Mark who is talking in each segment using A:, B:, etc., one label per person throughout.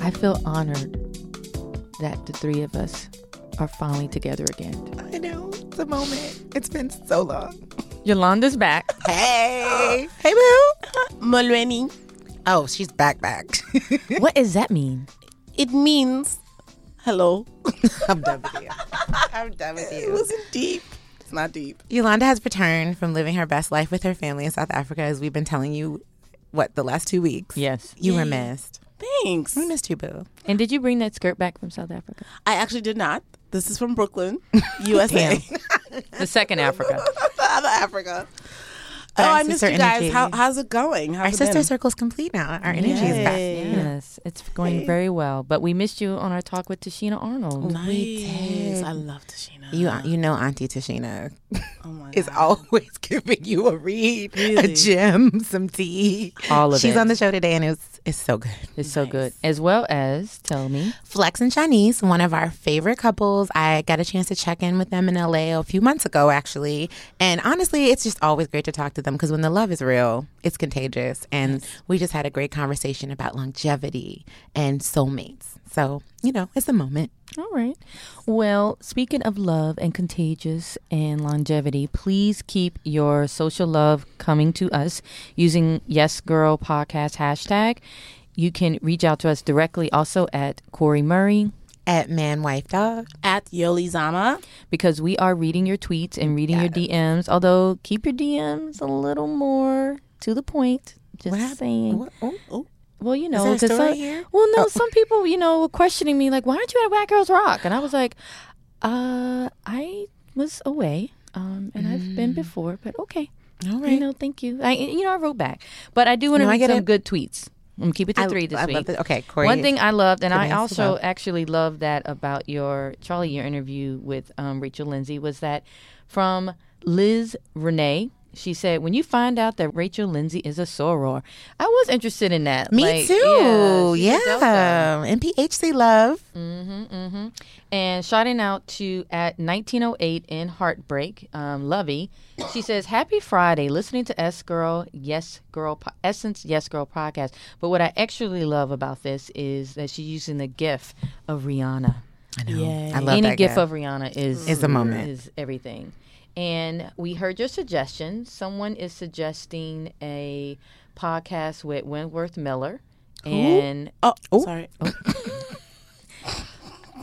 A: I feel honored that the three of us are finally together again.
B: I know. It's a moment. It's been so long.
A: Yolanda's back.
B: Hey. hey, boo. Mulroney. Oh, she's back, back.
A: what does that mean?
C: It means hello.
B: I'm done with you. I'm done with you. It wasn't deep. It's not deep.
C: Yolanda has returned from living her best life with her family in South Africa, as we've been telling you, what, the last two weeks?
A: Yes.
C: You were missed.
D: Thanks.
C: We missed you, boo.
A: And did you bring that skirt back from South Africa?
D: I actually did not. This is from Brooklyn, USA.
A: The second Africa.
D: the other Africa.
C: Our
D: oh, I missed
C: sister
D: you guys.
C: energy.
D: How, how's it going? How's
C: Our
D: it
C: sister
D: been?
C: circle's complete now. Our energy is back.
D: Yay.
A: Yes, it's going very well. But we missed you on our talk with Tashina Arnold.
D: Nice. I love Tashina.
C: You, uh, you know, Auntie Tashina
D: oh my
C: is
D: God.
C: always giving you a read, a
D: Really?
C: gem, some tea.
A: All of
C: She's
A: it.
C: on the show today, and it's it's so good.
A: It's so good. As well as, tell me,
C: Flex and Shanice, one of our favorite couples. I got a chance to check in with them in LA a few months ago, actually. And honestly, it's just always great to talk to them because when the love is real, it's contagious. And we just had a great conversation about longevity and soulmates. So, you know, it's a moment.
A: All right. Well, speaking of love and contagious and longevity, please keep your social love coming to us using Yes Girl Podcast hashtag. You can reach out to us directly also at Corey Murray
C: At Man, Wife, Dog.
D: at Yoli Zama.
A: because we are reading your tweets and reading your DMs. Although keep your DMs a little more to the point. Just saying.
C: Oh, oh.
A: Well, you know,
C: there a
A: 'cause
C: story
A: some-
C: here? Oh.
A: well, no, some people, you know, were questioning me like, "Why aren't you at Whack Girls Rock?" And I was like, "Uh, I was away, um, and I've been before, but okay,
C: Mm. All
A: you
C: right.
A: know, thank you. I, you know, I wrote back, but I do want to
C: No, I
A: read
C: get
A: some
C: it.
A: good tweets. I'm gonna keep it to three this
C: I
A: week.
C: love it. Okay, Corey.
A: One thing I loved, and I
C: Yes,
A: also
C: love.
A: actually love that about your Charlie, your interview with um, Rachel Lindsay was that from Liz Renee. She said, "When you find out that Rachel Lindsay is a soror, I was interested in that.
C: Me
A: Like,
C: too.
A: she's a Delta.
C: Yeah. NPHC love.
A: Mm-hmm, And shouting out to at 1908 in Heartbreak, um, Lovey. She says, Happy Friday, listening to S Girl, Yes Girl, po- Essence Yes Girl podcast. But what I actually love about this is that she's using the GIF of Rihanna.
C: I love
A: Any
C: that
A: GIF
C: guy.
A: of Rihanna is,
C: Is a moment.
A: Is everything. And we heard your suggestion. Someone is suggesting a podcast with Wentworth Miller. And
D: Oh, sorry.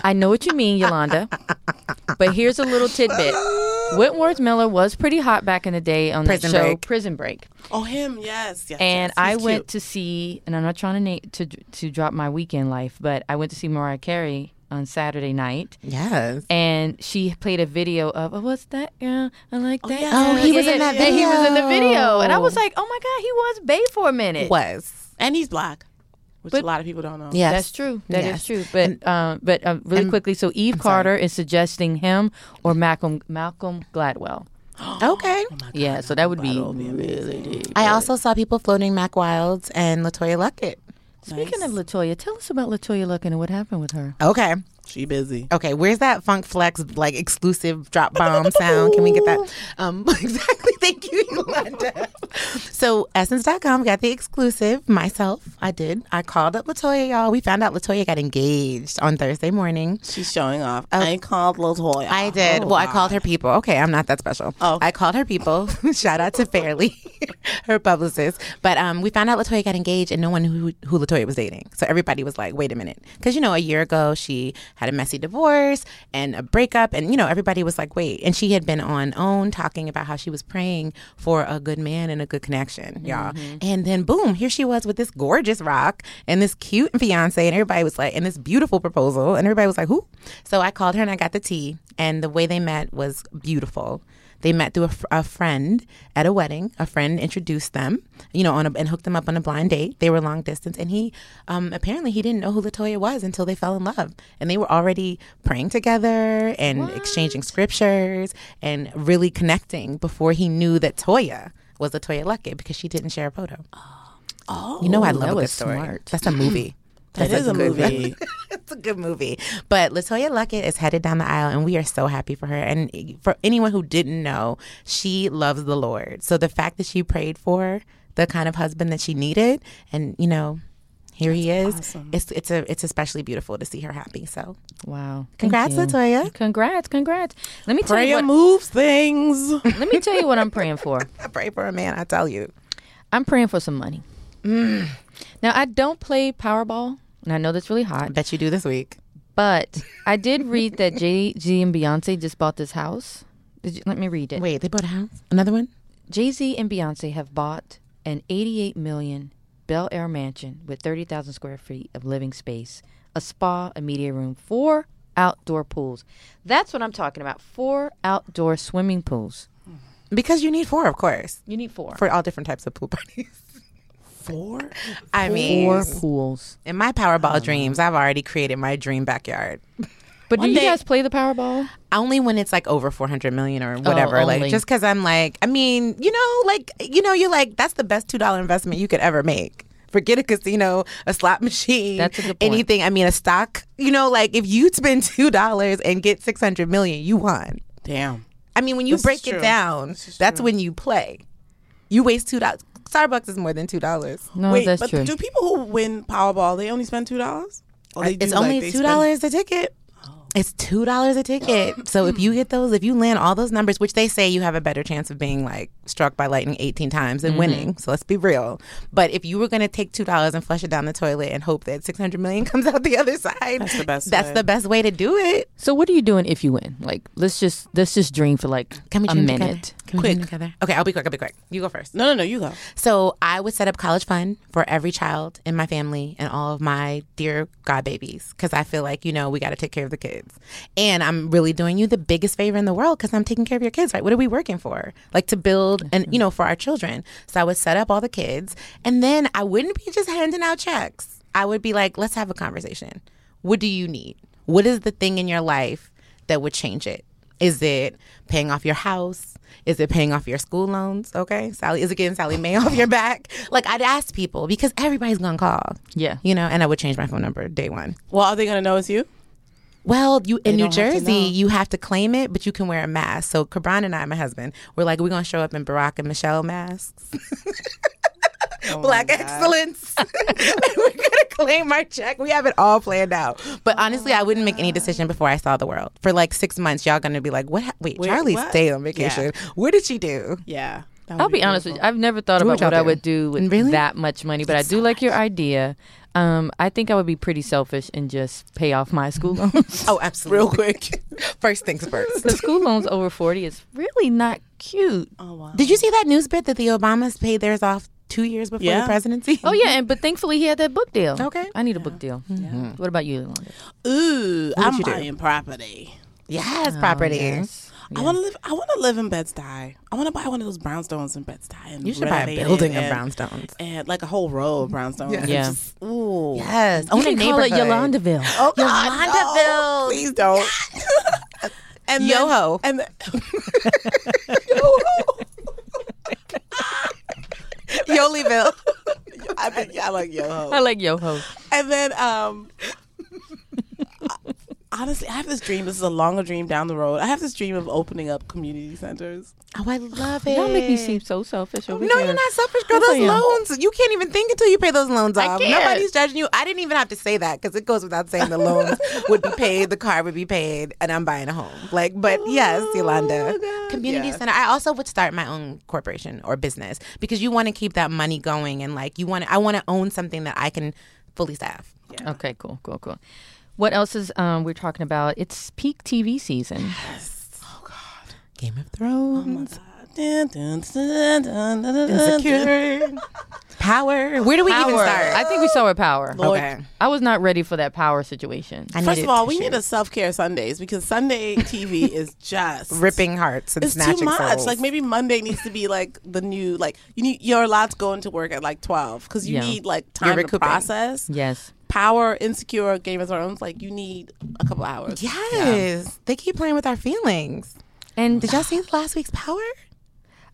A: I know what you mean, Yolanda. but here's a little tidbit. Wentworth Miller was pretty hot back in the day on
C: Prison
A: the show
C: Break.
A: Prison Break.
D: Oh, him. Yes. yes
A: And
D: yes.
A: I
D: He's
A: went
D: cute.
A: to see, and I'm not trying to na- to to drop my weekend life, but I went to see Mariah Carey on Saturday night,
C: Yes.
A: and she played a video of oh, what's that girl? I like that.
D: yeah.
A: girl."
D: Oh, he was in that
A: And he was in the video, and I
C: video.
A: was like, oh my god, he was Bay for a minute.
C: Was.
D: And he's black, which
A: But-
D: a lot of people don't know.
C: Yes.
A: That's true. That is
C: Yes.
A: true. But um, but um, really quickly, so Eve Carter is suggesting him or Malcolm Malcolm Gladwell.
C: Okay.
A: Yeah, so that would be,
C: I also saw people floating Mac Wilds and Latoya Luckett.
A: Speaking of Latoya, tell us about Latoya Luck and what happened with her.
C: Okay.
D: She busy.
C: Okay. Where's that Funk Flex like exclusive drop bomb sound? Can we get that? Um, exactly. Thank you, Yolanda. so Essence.com got the exclusive. Myself, I did. I called up Latoya, y'all. We found out Latoya got engaged on Thursday morning.
D: She's showing off. I called Latoya.
C: I did. well, I called her people. Okay, I'm not that special.
D: Oh.
C: I called her people. Shout out to Fairly, her publicist. But um, we found out Latoya got engaged, and no one knew who, who Latoya was dating. So everybody was like, "Wait a minute," because you know, a year ago she had a messy divorce and a breakup, and you know, everybody was like, "Wait," and she had been on OWN talking about how she was praying for a good man and a good connection, y'all. And then boom, here she was with this gorgeous rock and this cute fiance, and everybody was like, and this beautiful proposal, and everybody was like, "Who?" So I called her and I got the tea, and the way they met was beautiful. They met through a, fr- a friend at a wedding. A friend introduced them, you know, on a, and hooked them up on a blind date. They were long distance, and he um, apparently he didn't know who Latoya was until they fell in love, and they were already praying together and exchanging scriptures and really connecting before he knew that Toya was Latoya Luckett because she didn't share a photo. Oh, you know I love
A: that
C: a good
A: was
C: story.
A: smart.
C: That's a movie.
D: That
C: That's
D: is a
C: good
D: movie.
C: it's a good movie. But Latoya Luckett is headed down the aisle, and we are so happy for her. And for anyone who didn't know, she loves the Lord. So the fact that she prayed for the kind of husband that she needed, and you know, here he is.
D: awesome.
C: It's it's a it's especially beautiful to see her happy. So
A: Wow. Thank
C: congrats,
A: you.
C: Latoya.
A: Congrats, congrats. Let me tell you
D: Prayer
A: what,
D: moves things.
A: let me tell you what I'm praying for.
C: I pray for a man. I tell you.
A: I'm praying for some money.
C: Mm.
A: Now I don't play Powerball, and I know that's really hot,
C: Bet you do this week.
A: but I did read that Jay Z and Beyonce just bought this house. Did you, let me read it.
C: Wait, they bought a house. Another one.
A: Jay Z and Beyonce have bought an 88 million Bel Air mansion with 30,000 square feet of living space, a spa, a media room, four outdoor pools. That's what I'm talking about. Four outdoor swimming pools.
C: Because you need four, of course,
A: You need four.
C: for all different types of pool parties.
D: Four?
C: I mean,
A: Four pools.
C: in my
A: Oh,
C: Powerball dreams, I've already created my dream backyard.
A: But do
C: One
A: you
C: day-
A: guys play the Powerball?
C: Only when it's like over 400 million or whatever.
A: Oh, only.
C: like, just because I'm like, I mean, you know, like, you know, you're like, that's the best $2 investment you could ever make. Forget a casino, a slot machine,
A: That's a good point.
C: anything. I mean, a stock. You know, like if you spend $2 and get 600 million, you won.
D: Damn.
C: I mean, when you
D: is
C: break
D: true.
C: it down,
D: is
C: that's
D: true.
C: when you play. You waste $2. Starbucks is more than $2.
A: No,
D: Wait,
A: that's
D: but
A: true.
D: do people who win Powerball, they only spend $2? Or they
C: it's
D: do, like,
C: only
D: they
C: two
D: spend- Oh.
C: dollars a ticket. It's two dollars a ticket. So if you get those, if you land all those numbers, which they say you have a better chance of being like struck by lightning eighteen times
D: Mm-hmm.
C: and winning. So let's be real. But if you were going to take two dollars and flush it down the toilet and hope that six hundred million comes out the other side, that's
D: the best
C: That's
D: way.
C: the best way to do it.
A: so what are you doing if you win? Like let's just let's just dream for like
C: Can we
A: a
C: dream
A: minute.
C: together? Can we dream together? Okay, I'll be quick. I'll be quick. You go first.
D: No, no, no, you go.
C: So I would set up college fund for every child in my family and all of my dear god babies because I feel like you know we got to take care of the kids, and I'm really doing you the biggest favor in the world because I'm taking care of your kids. Right? What are we working for? Like to build and you know for our children. So I would set up all the kids, and then I wouldn't be just handing out checks. I would be like, let's have a conversation. What do you need? What is the thing in your life that would change it? Is it paying off your house? Is it paying off your school loans? Okay, Sally, is it getting Sally Mae off your back? Like I'd ask people because everybody's gonna call.
A: Yeah.
C: you know, and I would change my phone number day one.
D: Well, are they going to know it's you?
C: Well, you in New
D: don't have to
C: Jersey,
D: know.
C: you have to claim it, but you can wear a mask. So Cabron and I, my husband, we're like, we're gonna show up in Barack and Michelle masks, black excellence. And we're gonna claim our check. We have it all planned out. But honestly, I wouldn't make any decision before I saw the world. For like six months, y'all gonna be like, what? ha- Wait,
D: Wait,
C: Charlie
D: what?
C: stayed on vacation. What did she do?
D: Yeah. that would
A: I'll be honest with you.
D: beautiful.
A: I've never thought
C: would
A: about
C: y'all
A: what I
C: do?
A: would do with
C: Really?
A: that much money, but I do like your idea. Um, I think I would be pretty selfish and just pay off my school loans.
C: Oh, absolutely. Real quick. first things first.
A: the school loans over forty is really not cute.
D: Oh, wow.
C: Did you see that news bit that the Obamas paid theirs off two years before
D: Yeah.
C: the presidency?
A: Oh yeah, and but thankfully he had that book deal.
C: Okay.
A: I need a book deal. Mm-hmm. What about you, Yolanda?
D: Ooh, I'm
C: you do?
D: buying property.
C: Yes, property.
D: I want to live. I want to live in Bed Stuy. I want to buy one of those brownstones in Bed Stuy. And
C: You should buy a
D: renovate it
C: building of
D: and-
C: brownstones.
D: and like a whole row of brownstones.
C: Yeah.
D: It's
A: Yeah.
D: just- ooh.
C: Yes.
A: You can call it
C: Yolanda.
A: Yolandaville.
D: Oh
C: Yolandaville.
D: no, please don't. and then-
C: Yoho.
D: and then- Yoho.
C: Yoliville.
D: I think I like Yoho.
A: I like Yoho.
D: And then, um, honestly, I have this dream. This is a longer dream down the road. I have this dream of opening up community centers.
C: Oh, I love it.
A: Y'all make me seem so selfish over
C: No,
A: here.
C: you're not selfish, girl.
A: Yes, I
C: Those
A: am.
C: loans, you can't even think until you pay those loans
A: I
C: off.
A: can't.
C: Nobody's judging you. I didn't even have to say that because it goes without saying the loans would be paid, the car would be paid, and I'm buying a home. Like, but yes, Yolanda, community
D: Yeah.
C: center. I also would start my own corporation or business because you want to keep that money going and like you want. I want to own something that I can fully staff.
A: Okay, cool, cool, cool. What else is um, we're talking about? It's peak TV season.
C: Game of Thrones,
D: Dun, dun, dun, dun, dun, dun,
C: Insecure, Oh Power. Where do we even
A: Power.
C: start?
A: I think we saw her power.
D: Lord.
C: okay.
A: I was not ready for that power situation.
C: I
D: First
C: needed
D: of all, we
C: tissues.
D: need a self care Sundays because Sunday TV is just
C: ripping hearts and
D: It's
C: snatching
D: too much.
C: souls.
D: Like maybe Monday needs to be like the new like you need you're allowed to go into work at like twelve because you
A: Yeah.
D: need like
C: You're
D: time to
C: recouping.
D: process.
A: yes.
D: Power, insecure, Game of Thrones. Like you need a couple hours.
C: Yes. They keep playing with our feelings.
A: And
C: Did y'all see last week's Power?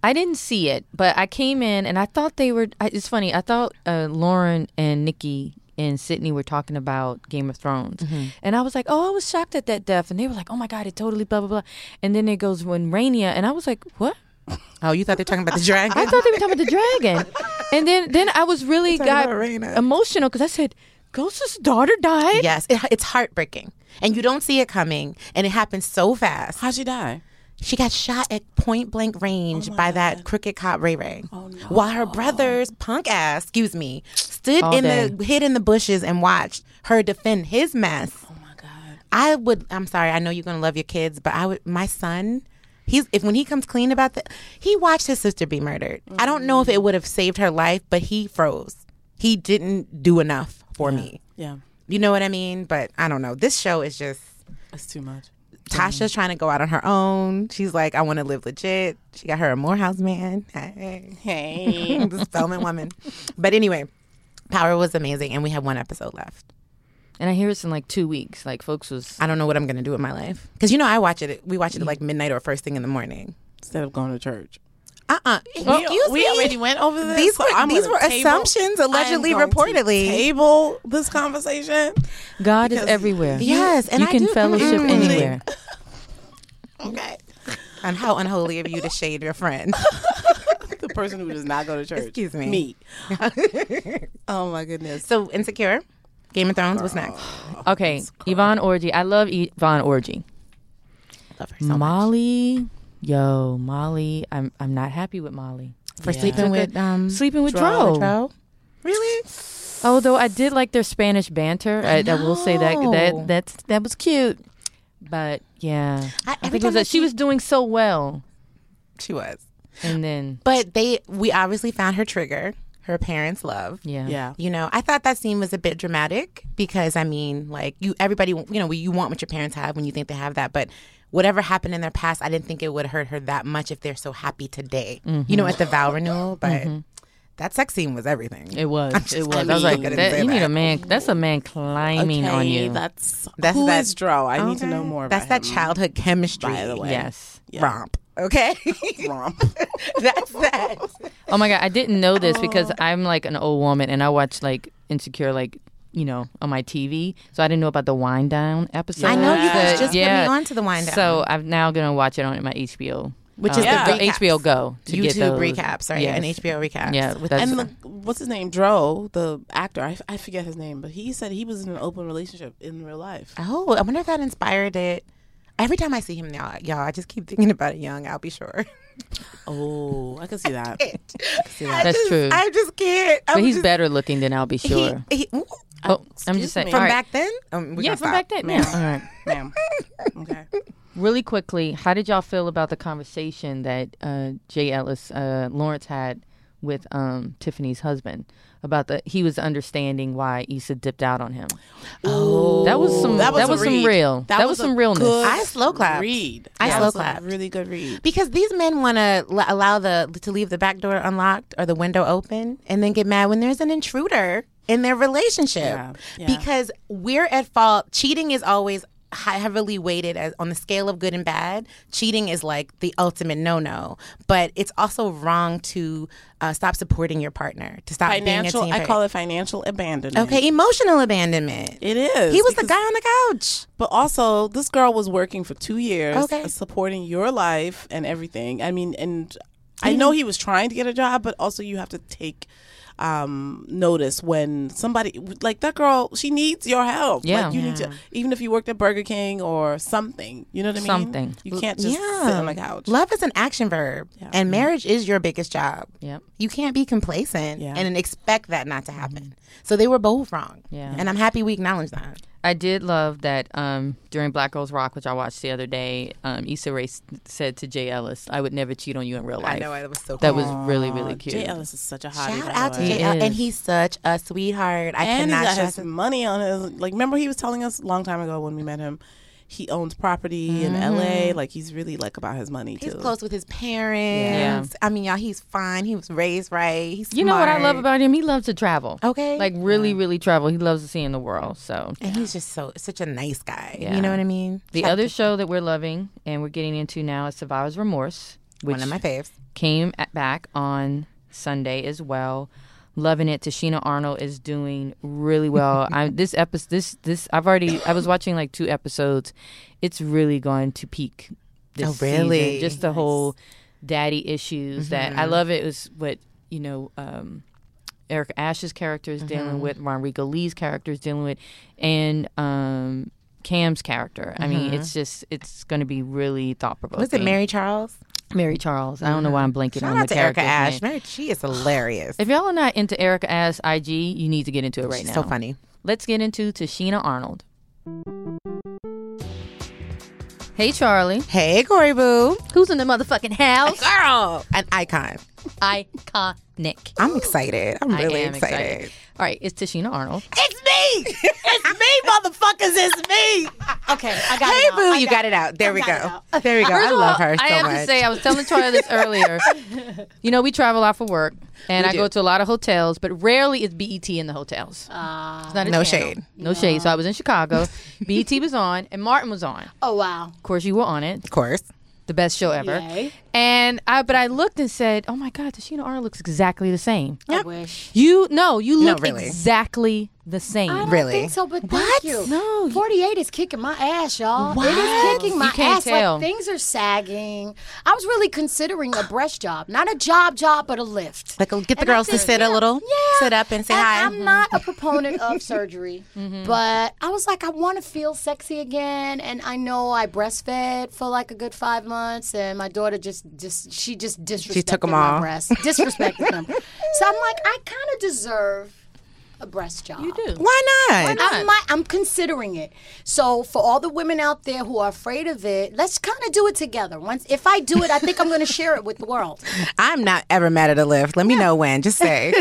A: I didn't see it, but I came in and I thought they were. I, it's funny. I thought uh, Lauren and Nikki and Sydney were talking about Game of Thrones,
C: Mm-hmm.
A: and I was like, "Oh, I was shocked at that death." And they were like, "Oh my god, it totally blah blah blah." And then it goes when Rainia, and I was like, "What?
C: Oh, you thought they were talking about the dragon?
A: I thought they were talking about the dragon, and then then I was really
C: Talking
A: got
C: about Reina.
A: emotional because I said, "Ghost's daughter died."
C: yes, it, it's heartbreaking, and you don't see it coming, and it happens so fast.
D: How'd she die?
C: She got shot at point blank
D: Oh
C: range by that crooked cop Ray Ray. While her brothers, punk ass, excuse me, stood
A: All
C: in
A: day.
C: the hid in the bushes and watched her defend his mess.
D: Oh my god.
C: I would. I'm sorry. I know you're gonna love your kids, but I would. My son, he's if when he comes clean about that, he watched his sister be murdered. I don't know if it would have saved her life, but he froze. He didn't do enough for me.
D: Yeah,
C: You know what I mean? But I don't know. This show is just
D: that's too much. Mm-hmm.
C: Tasha's trying to go out on her own. She's like, I want to live legit. She got her a Morehouse man. Hey,
D: Hey.
C: the Spelman woman. But anyway, Power was amazing, and we have one episode left.
A: And I hear it's in like two weeks. Like folks was
C: I don't know what I'm gonna do with my life because you know I watch it. We watch it at like midnight or first thing in the morning.
D: Instead of going to church.
C: Uh uh Excuse
D: we
C: me.
D: already went over this.
C: These
D: so
C: were-
D: I'm
C: these
D: gonna
C: were
D: table-
C: assumptions, allegedly,
D: I am going to
C: reportedly.
D: Table this conversation.
A: God is
D: Because-
A: everywhere.
C: yes, and
A: you
C: I
A: can
C: do-
A: fellowship
C: Mm.
A: anywhere.
D: Okay.
C: And how unholy of you to shade your friend.
D: the person who does not go to church.
C: Excuse me.
D: Me. oh my goodness.
C: so insecure. Game of Thrones. What's next?
A: Okay, Yvonne Orgy. I love Yvonne Orgy.
C: Love her so much.
A: Molly, yo, Molly. I'm I'm not happy with Molly.
C: For sleeping with um
A: Sleeping with
C: Dro.
A: Dro.
C: Dro. Really?
A: Although I did like their Spanish banter. I, I will say that
C: know.
A: that that's that was cute. But yeah,
C: I-
A: I
C: every
A: think it was
C: time I
A: that she
C: see-
A: was doing so well,
C: She was.
A: and then
C: But they we obviously found her trigger. Her parents' love.
A: yeah,
D: Yeah.
C: You know, I thought that scene was a bit dramatic because I mean, like you, everybody, you know, you want what your parents have when you think they have that, but whatever happened in their past, I didn't think it would hurt her that much if they're so happy today. You
A: Mm-hmm.
C: know, at the vow renewal, but that sex scene was everything.
A: It was.
C: I'm just-
A: it was.
C: I
A: I, was like,
C: mean-
A: that,
C: Couldn't say
A: you need
C: that.
A: a man. That's a man climbing on
D: Okay,
A: you.
D: That's,
C: That's
D: that's who
C: that-
D: is Dro? I need to know
C: Okay.
D: more.
C: That's
D: about
C: that
D: him.
C: childhood chemistry.
D: By the way.
A: yes.
C: romp. Okay,
D: Romp.
C: that's that.
A: Oh my god, I didn't know this because I'm like an old woman and I watch like Insecure like you know on my TV, so I didn't know about the wind down episode.
C: I know you guys
A: But
C: just put me
A: yeah.
C: onto the wind down.
A: So I'm now gonna watch it on my HBO,
C: Which is the
A: go-
C: recaps.
A: HBO Go to get
C: YouTube
A: those.
C: recaps, right?
A: Yes.
C: And HBO recaps.
A: Yeah,
C: with
A: that's-
D: And the, what's his name? Dro, the actor. I, I forget his name, but he said he was in an open relationship in real life.
C: Oh, I wonder if that inspired it. Every time I see him now, y'all, I just keep thinking about it. Young, I'll be sure.
D: Oh, I can see that.
C: I
A: That's
C: just-
A: true.
C: I just can't. I'm
A: But he's
C: just,
A: better looking than I'll be
C: he-
A: sure.
C: he- ooh,
A: oh, I'm
D: excuse
A: just saying.
D: me.
C: from
A: all right.
C: back then. Um, we
A: yeah,
C: gotta
A: from
C: stop.
A: back then. Yeah. All right.
D: Ma'am. Okay.
A: Really quickly, how did y'all feel about the conversation that uh, Jay Ellis uh, Lawrence had with um, Tiffany's husband about the he was understanding why Issa dipped out on him?
C: Oh,
A: That was some that was,
D: a
A: some
D: read.
A: real that, was,
D: a
A: some realness.
D: good
C: I slow clapped.
D: Read.
C: I
D: That
C: slow
D: was a
C: clapped.
D: Really good read.
C: because these men want to l- allow the to leave the back door unlocked or the window open, and then get mad when there's an intruder in their relationship.
D: Yeah, yeah.
C: Because we're at fault. Cheating is always hi- heavily weighted as on the scale of good and bad. Cheating is like the ultimate no-no, but it's also wrong to uh, stop supporting your partner, to stop
D: Financial.
C: being a team.
D: I call it financial abandonment.
C: Okay, emotional abandonment.
D: It is.
C: he was the
D: because-
C: guy on the couch.
D: But also, this girl was working for two years,
C: Okay.
D: supporting your life and everything. I mean, and I know he was trying to get a job, but also you have to take um, notice when somebody like that girl. She needs your help.
A: Yeah.
D: like, you need to, even if you worked at Burger King or something. You know what I mean?
A: Something.
D: You can't just sit on the couch.
C: Love is an action verb, and marriage is your biggest job.
A: Yep.
C: You can't be complacent
D: Yeah.
C: and expect that not to happen. So they were both wrong.
A: Mm-hmm. Yeah.
C: And I'm happy we acknowledge that.
A: I did love that um, during Black Girls Rock, which I watched the other day. Um, Issa Rae s- said to Jay Ellis, "I would never cheat on you in real life."
C: it was so
A: that was really really cute.
D: Jay Ellis is such a hottie.
C: Shout
D: by
C: out
D: the
C: to
D: way.
A: He
C: JL. And
A: is.
C: he's such a sweetheart. I
D: and he
C: cannot
D: got
C: stress
D: his
C: it.
D: money on his like remember he was telling us a long time ago when we met him he owns property in la like he's really like about his money
C: Mm-hmm. He's
D: too
C: close with his parents. I mean, y'all, he's fine. He was raised right. He's
A: You know what I love
C: smart.
A: about him? He loves to travel.
C: Okay.
A: Like really really travel. He loves to see in the world. So
C: And he's just so such a nice guy.
A: Yeah.
C: You know what I mean?
A: the
C: Shout-
A: other show that we're loving and we're getting into now is Survivor's Remorse, which
C: one of my faves.
A: came at, back on Sunday as well. Loving it. Tashina Arnold is doing really well. I this episode this this I've already I was watching like two episodes. It's really going to peak this
C: Oh, really? Mm-hmm.
A: season. Just the whole daddy issues that I love. It was what you know. Um, Eric Ash's character is
C: Mm-hmm.
A: dealing with, Ronrico Lee's character is dealing with, and um, Cam's character. I mean,
C: Mm-hmm.
A: it's just it's going to be really thought provoking.
C: Was it Mary Charles?
A: Mary Charles? I don't know why I'm blanking
C: Mm-hmm. Shout
A: on
C: out
A: the
C: to Erica
A: character
C: Ash. Mary, she is hilarious.
A: If y'all are not into Erica Ash IG, you need to get into it right
C: She's
A: now.
C: so funny.
A: Let's get into Tashina Arnold. Hey Charlie,
C: Hey, Corey Boo.
A: who's in the motherfucking house?
C: Girl, an icon.
A: Iconic.
C: I'm excited. I'm really excited.
A: All right, it's Tashina Arnold.
C: It's me.
B: It's me, motherfuckers. It's me. Okay, I got
C: hey,
B: it. now.
C: Boo.
B: I
C: You got it out. There we
B: got it
C: go. There we go. I
A: First of
C: love
A: all,
C: her so
A: I have
C: much.
A: to say, I was telling Charlie this earlier. you know, we travel out for work, and I go to a lot of hotels, but rarely is BET in the hotels. It's not a
C: No
A: channel.
C: shade.
A: No shade. So I was in Chicago. BET was on, and Martin was on. Of
E: Oh wow.
A: course, you were on it.
C: of course.
A: The best show ever.
E: Yay.
A: And I, but I looked and said, "Oh my God, Tashina Arnold looks exactly the same."
E: I wish.
A: You no, you look
C: really.
A: exactly the same.
E: I don't
C: Really?
E: think so, but thank you.
A: No, you-
E: 48 is kicking my ass, y'all. It
A: Wow.
E: is kicking my
A: You can't
E: ass.
A: tell.
E: Like things are sagging. I was really considering a breast job, not a job job, but a lift.
C: Like, oh, get the
E: And I
C: girls to
E: think-
C: sit a little,
E: Yeah.
C: sit up and say
E: And
C: hi. Mm-hmm.
E: I'm not a proponent of surgery, but I was like, I want to feel sexy again. And I know I breastfed for like a good five months, and my daughter just just she just disrespected
C: took 'em
E: my
C: all.
E: breasts, disrespected them. So I'm like, I kind of deserve a breast job. You do.
C: Why not?
E: I might, I'm considering it. So for all the women out there who are afraid of it, let's kind of do it together. Once, if I do it, I think I'm going to share it with the world.
C: I'm not ever mad at a lift. Let me know when. Just say.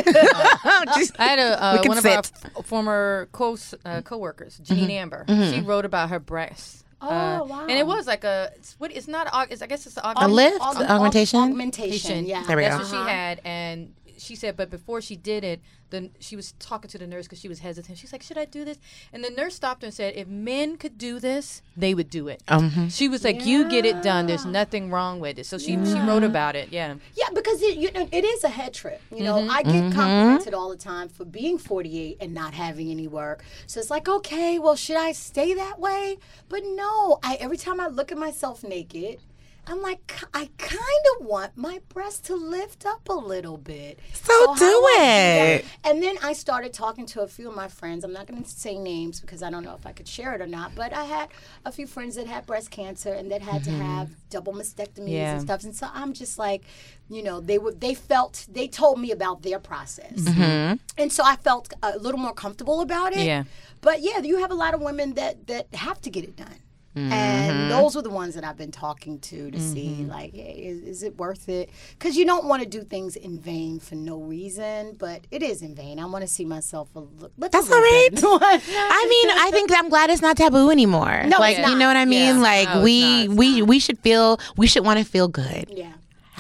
C: Just-
A: I had a uh,
C: We can
A: one of our
C: sit. Mm-hmm.
A: f- former co uh, coworkers, Janine Amber. She wrote about her breasts. Oh
C: Uh,
E: wow.
A: And it was like a it's, what? It's not. a aug- It's, I guess it's an
C: a lift
E: Aug- aug-
C: augmentation.
E: Augmentation. Yeah.
C: There we
A: That's
C: go.
A: what she had, and she said, but before she did it, then she was talking to the nurse because she was hesitant. She's like, "Should I do this?" And the nurse stopped her and said, "If men could do this, they would do it."
C: Um, hmm.
A: She was like, "You get it done. There's nothing wrong with it." So she she wrote about it. Yeah.
E: Yeah, because it you know, it is a head trip. You know, I get complimented all the time for being 48 and not having any work. So it's like, okay, well, should I stay that way? But no, I every time I look at myself naked, I'm like, I kind of want my breast to lift up a little bit. So, how
C: do
E: I
C: it.
E: that? And then I started talking to a few of my friends. I'm not going to say names because I don't know if I could share it or not. But I had a few friends that had breast cancer and that had to have double mastectomies
A: Yeah.
E: and stuff. And so I'm just like, you know, they were they felt they told me about their process, and so I felt a little more comfortable about it.
A: Yeah.
E: But yeah, you have a lot of women that that have to get it done.
C: Mm-hmm.
E: And those were the ones that I've been talking to to see, like, hey, is, is it worth it? Because you don't want to do things in vain for no reason, but it is in vain. I want to see myself a look. look
C: That's
E: a little
C: all
E: bit.
C: I mean, I think I'm glad it's not taboo anymore.
E: it's
C: like you
E: not.
C: know what I mean?
A: Yeah.
C: Like
A: No, it's
C: we
A: not. It's
C: we we should feel we should want to feel good.
E: yeah.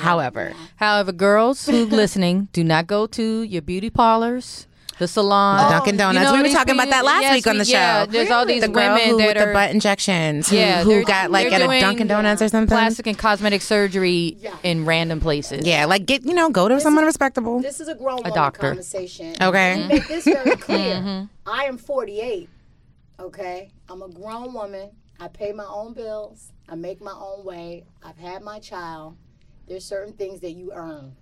C: However,
A: However, girls who listening, do not go to your beauty parlors, the salon,
C: The Dunkin' Donuts.
A: Um, You know
C: we were
A: these
C: talking about
A: people-
C: that last
A: yes,
C: week on
A: we-
C: the show.
A: Yeah, there's all these
C: the girl
A: women
C: who
A: that
C: with
A: are
C: the butt injections. Who,
A: yeah,
C: who
A: they're-
C: got like
A: they're
C: at a
A: doing uh,
C: Dunkin' Donuts or something.
A: plastic and cosmetic surgery in random places.
C: Yeah, like get you know go to someone respectable.
E: This is a grown woman
A: doctor.
E: conversation.
C: Okay.
E: Let me make this very clear. I am 48. Okay. I'm a grown woman. I pay my own bills. I make my own way. I've had my child. There's certain things that you earn.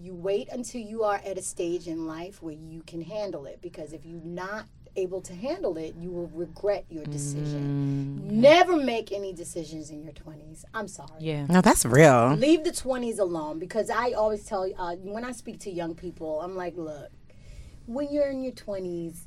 E: You wait until you are at a stage in life where you can handle it because if you're not able to handle it, you will regret your decision. Never make any decisions in your 20s. I'm sorry.
A: Yeah.
C: No, Oh, that's real.
E: Leave the 20s alone because I always tell uh, when I speak to young people, I'm like, look, when you're in your 20s,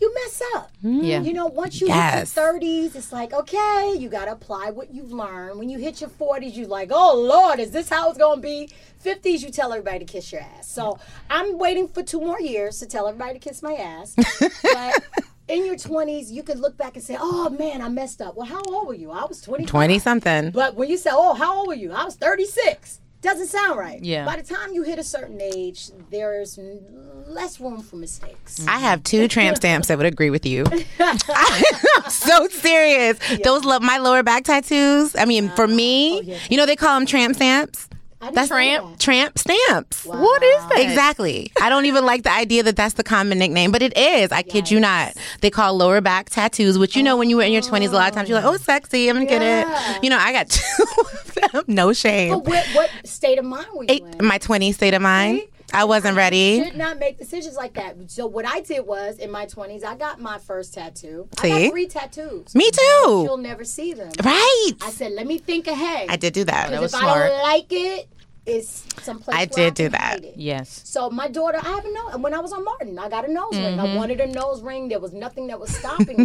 E: you mess up.
A: Yeah.
E: You know, once you
C: Hmm. Yes.
E: hit your 30s, it's like, okay, you got to apply what you've learned. When you hit your 40s, you're like, oh, Lord, is this how it's going to be? 50s, you tell everybody to kiss your ass. So I'm waiting for two more years to tell everybody to kiss my ass. but in your 20s, you could look back and say, oh, man, I messed up. Well, how old were you? I was 25.
C: Twenty something.
E: But when you say, "Oh, how old were you?" I was 36. Doesn't sound right.
A: Yeah.
E: By the time you hit a certain age, there's n- less room for mistakes.
C: I have two tramp stamps that would agree with you. I'm so serious. Those lo- my lower back tattoos. I mean, for me, you know they call them tramp stamps.
E: Oh, I didn't
C: That's
E: say
A: Tramp.
E: that.
C: Tramp stamps.
E: What is
A: that?
C: Exactly. I don't even like the idea that that's the common nickname, but it is. I kid you not. They call lower back tattoos, which you know when you were in your 20s, a lot of times you're like, oh, sexy, I'm gonna get
E: Yeah.
C: it. You know, I got two of them. No shame.
E: But what, what state of mind were you
C: Eight,
E: in?
C: my 20s state of mind. I wasn't ready.
E: should not make decisions like that. So what I did was in my twenties, I got my first tattoo. I
C: See?
E: got three tattoos.
C: Me too.
E: You'll never see them.
C: Right.
E: I said, let me think ahead.
C: I did do that.
E: Because
A: was
E: if I
A: smart.
E: don't like it, it's someplace.
C: I
E: where
C: did do
E: can
C: that.
E: hide it.
A: Yes.
E: So my daughter, I haven't known. And when I was on Martin, I got a nose ring.
C: Mm-hmm.
E: I wanted a nose ring. There was nothing that was stopping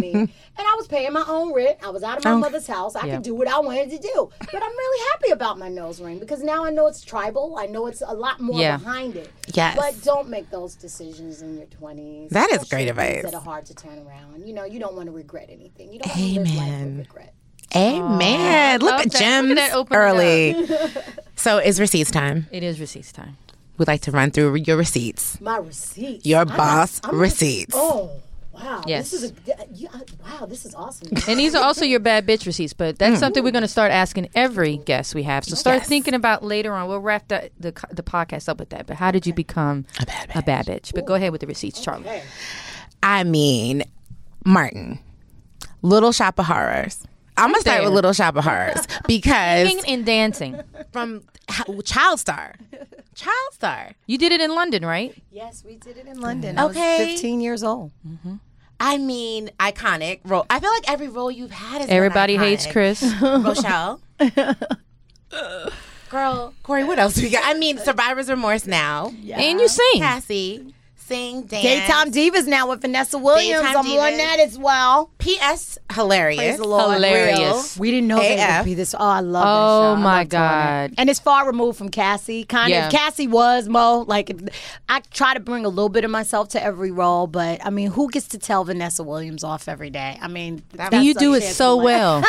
E: me, and I was paying my own rent. I was out of
C: Oh,
E: my mother's house. I could do what I wanted to do. But I'm really happy about my nose ring because now I know it's tribal. I know it's a lot more
A: Yeah.
E: behind it.
C: Yes.
E: But don't make those decisions in your 20s.
C: That is
E: especially
C: great
E: things
C: advice.
E: That are hard to turn around. You know, you don't want to regret anything. You don't want to live life with regret.
C: Amen. Look
A: love
C: at
A: that. Look at
C: gems
A: Oh, that opening
C: early. so it's receipts time.
A: It is receipts time.
C: We like to run through your receipts.
E: My receipts.
C: Your
E: I'm-
C: boss
E: I'm-
C: receipts.
E: Oh. Wow,
A: Yes.
E: this is a yeah, wow. This is awesome.
A: And these are also your bad bitch receipts, but that's something we're going to start asking every guest we have. So start thinking about later on. We'll wrap the, the co- the podcast up with that. But how did you become a
C: bad
A: bitch? But go ahead with the receipts, Charlie.
C: I mean, Martin, Little Shop of Horrors. I'm gonna start with Little Shop of Horrors because
A: Singing and dancing.
C: from h- Child Star, Child Star.
A: You did it in London, right?
E: Yes, we did it in London. I
C: Okay.
E: was 15 years old.
C: I mean, iconic role. I feel like every role you've had is
A: Everybody hates
C: iconic.
A: Chris.
C: Rochelle. Girl, Corey, what else we got? I mean, Survivor's Remorse now.
A: And you sing.
C: Cassie, sing, dance.
E: Daytime Divas now with Vanessa Williams.
C: Daytime
E: I'm on
C: Divas.
E: that as well.
C: P.S. Hilarious.
E: Praise the Lord.
A: Hilarious.
E: We didn't know they
C: AF.
E: would be this. Oh, I love that show.
A: Oh
E: I
A: my
E: loved doing it.
A: God.
E: And it's far removed from Cassie. Kind
A: Yeah.
E: of. Cassie was Mo. Like I try to bring a little bit of myself to every role, but I mean, who gets to tell Vanessa Williams off every day? I mean, that's Oh,
A: you
E: a
A: do it
E: chance
A: so
E: in life.
A: well.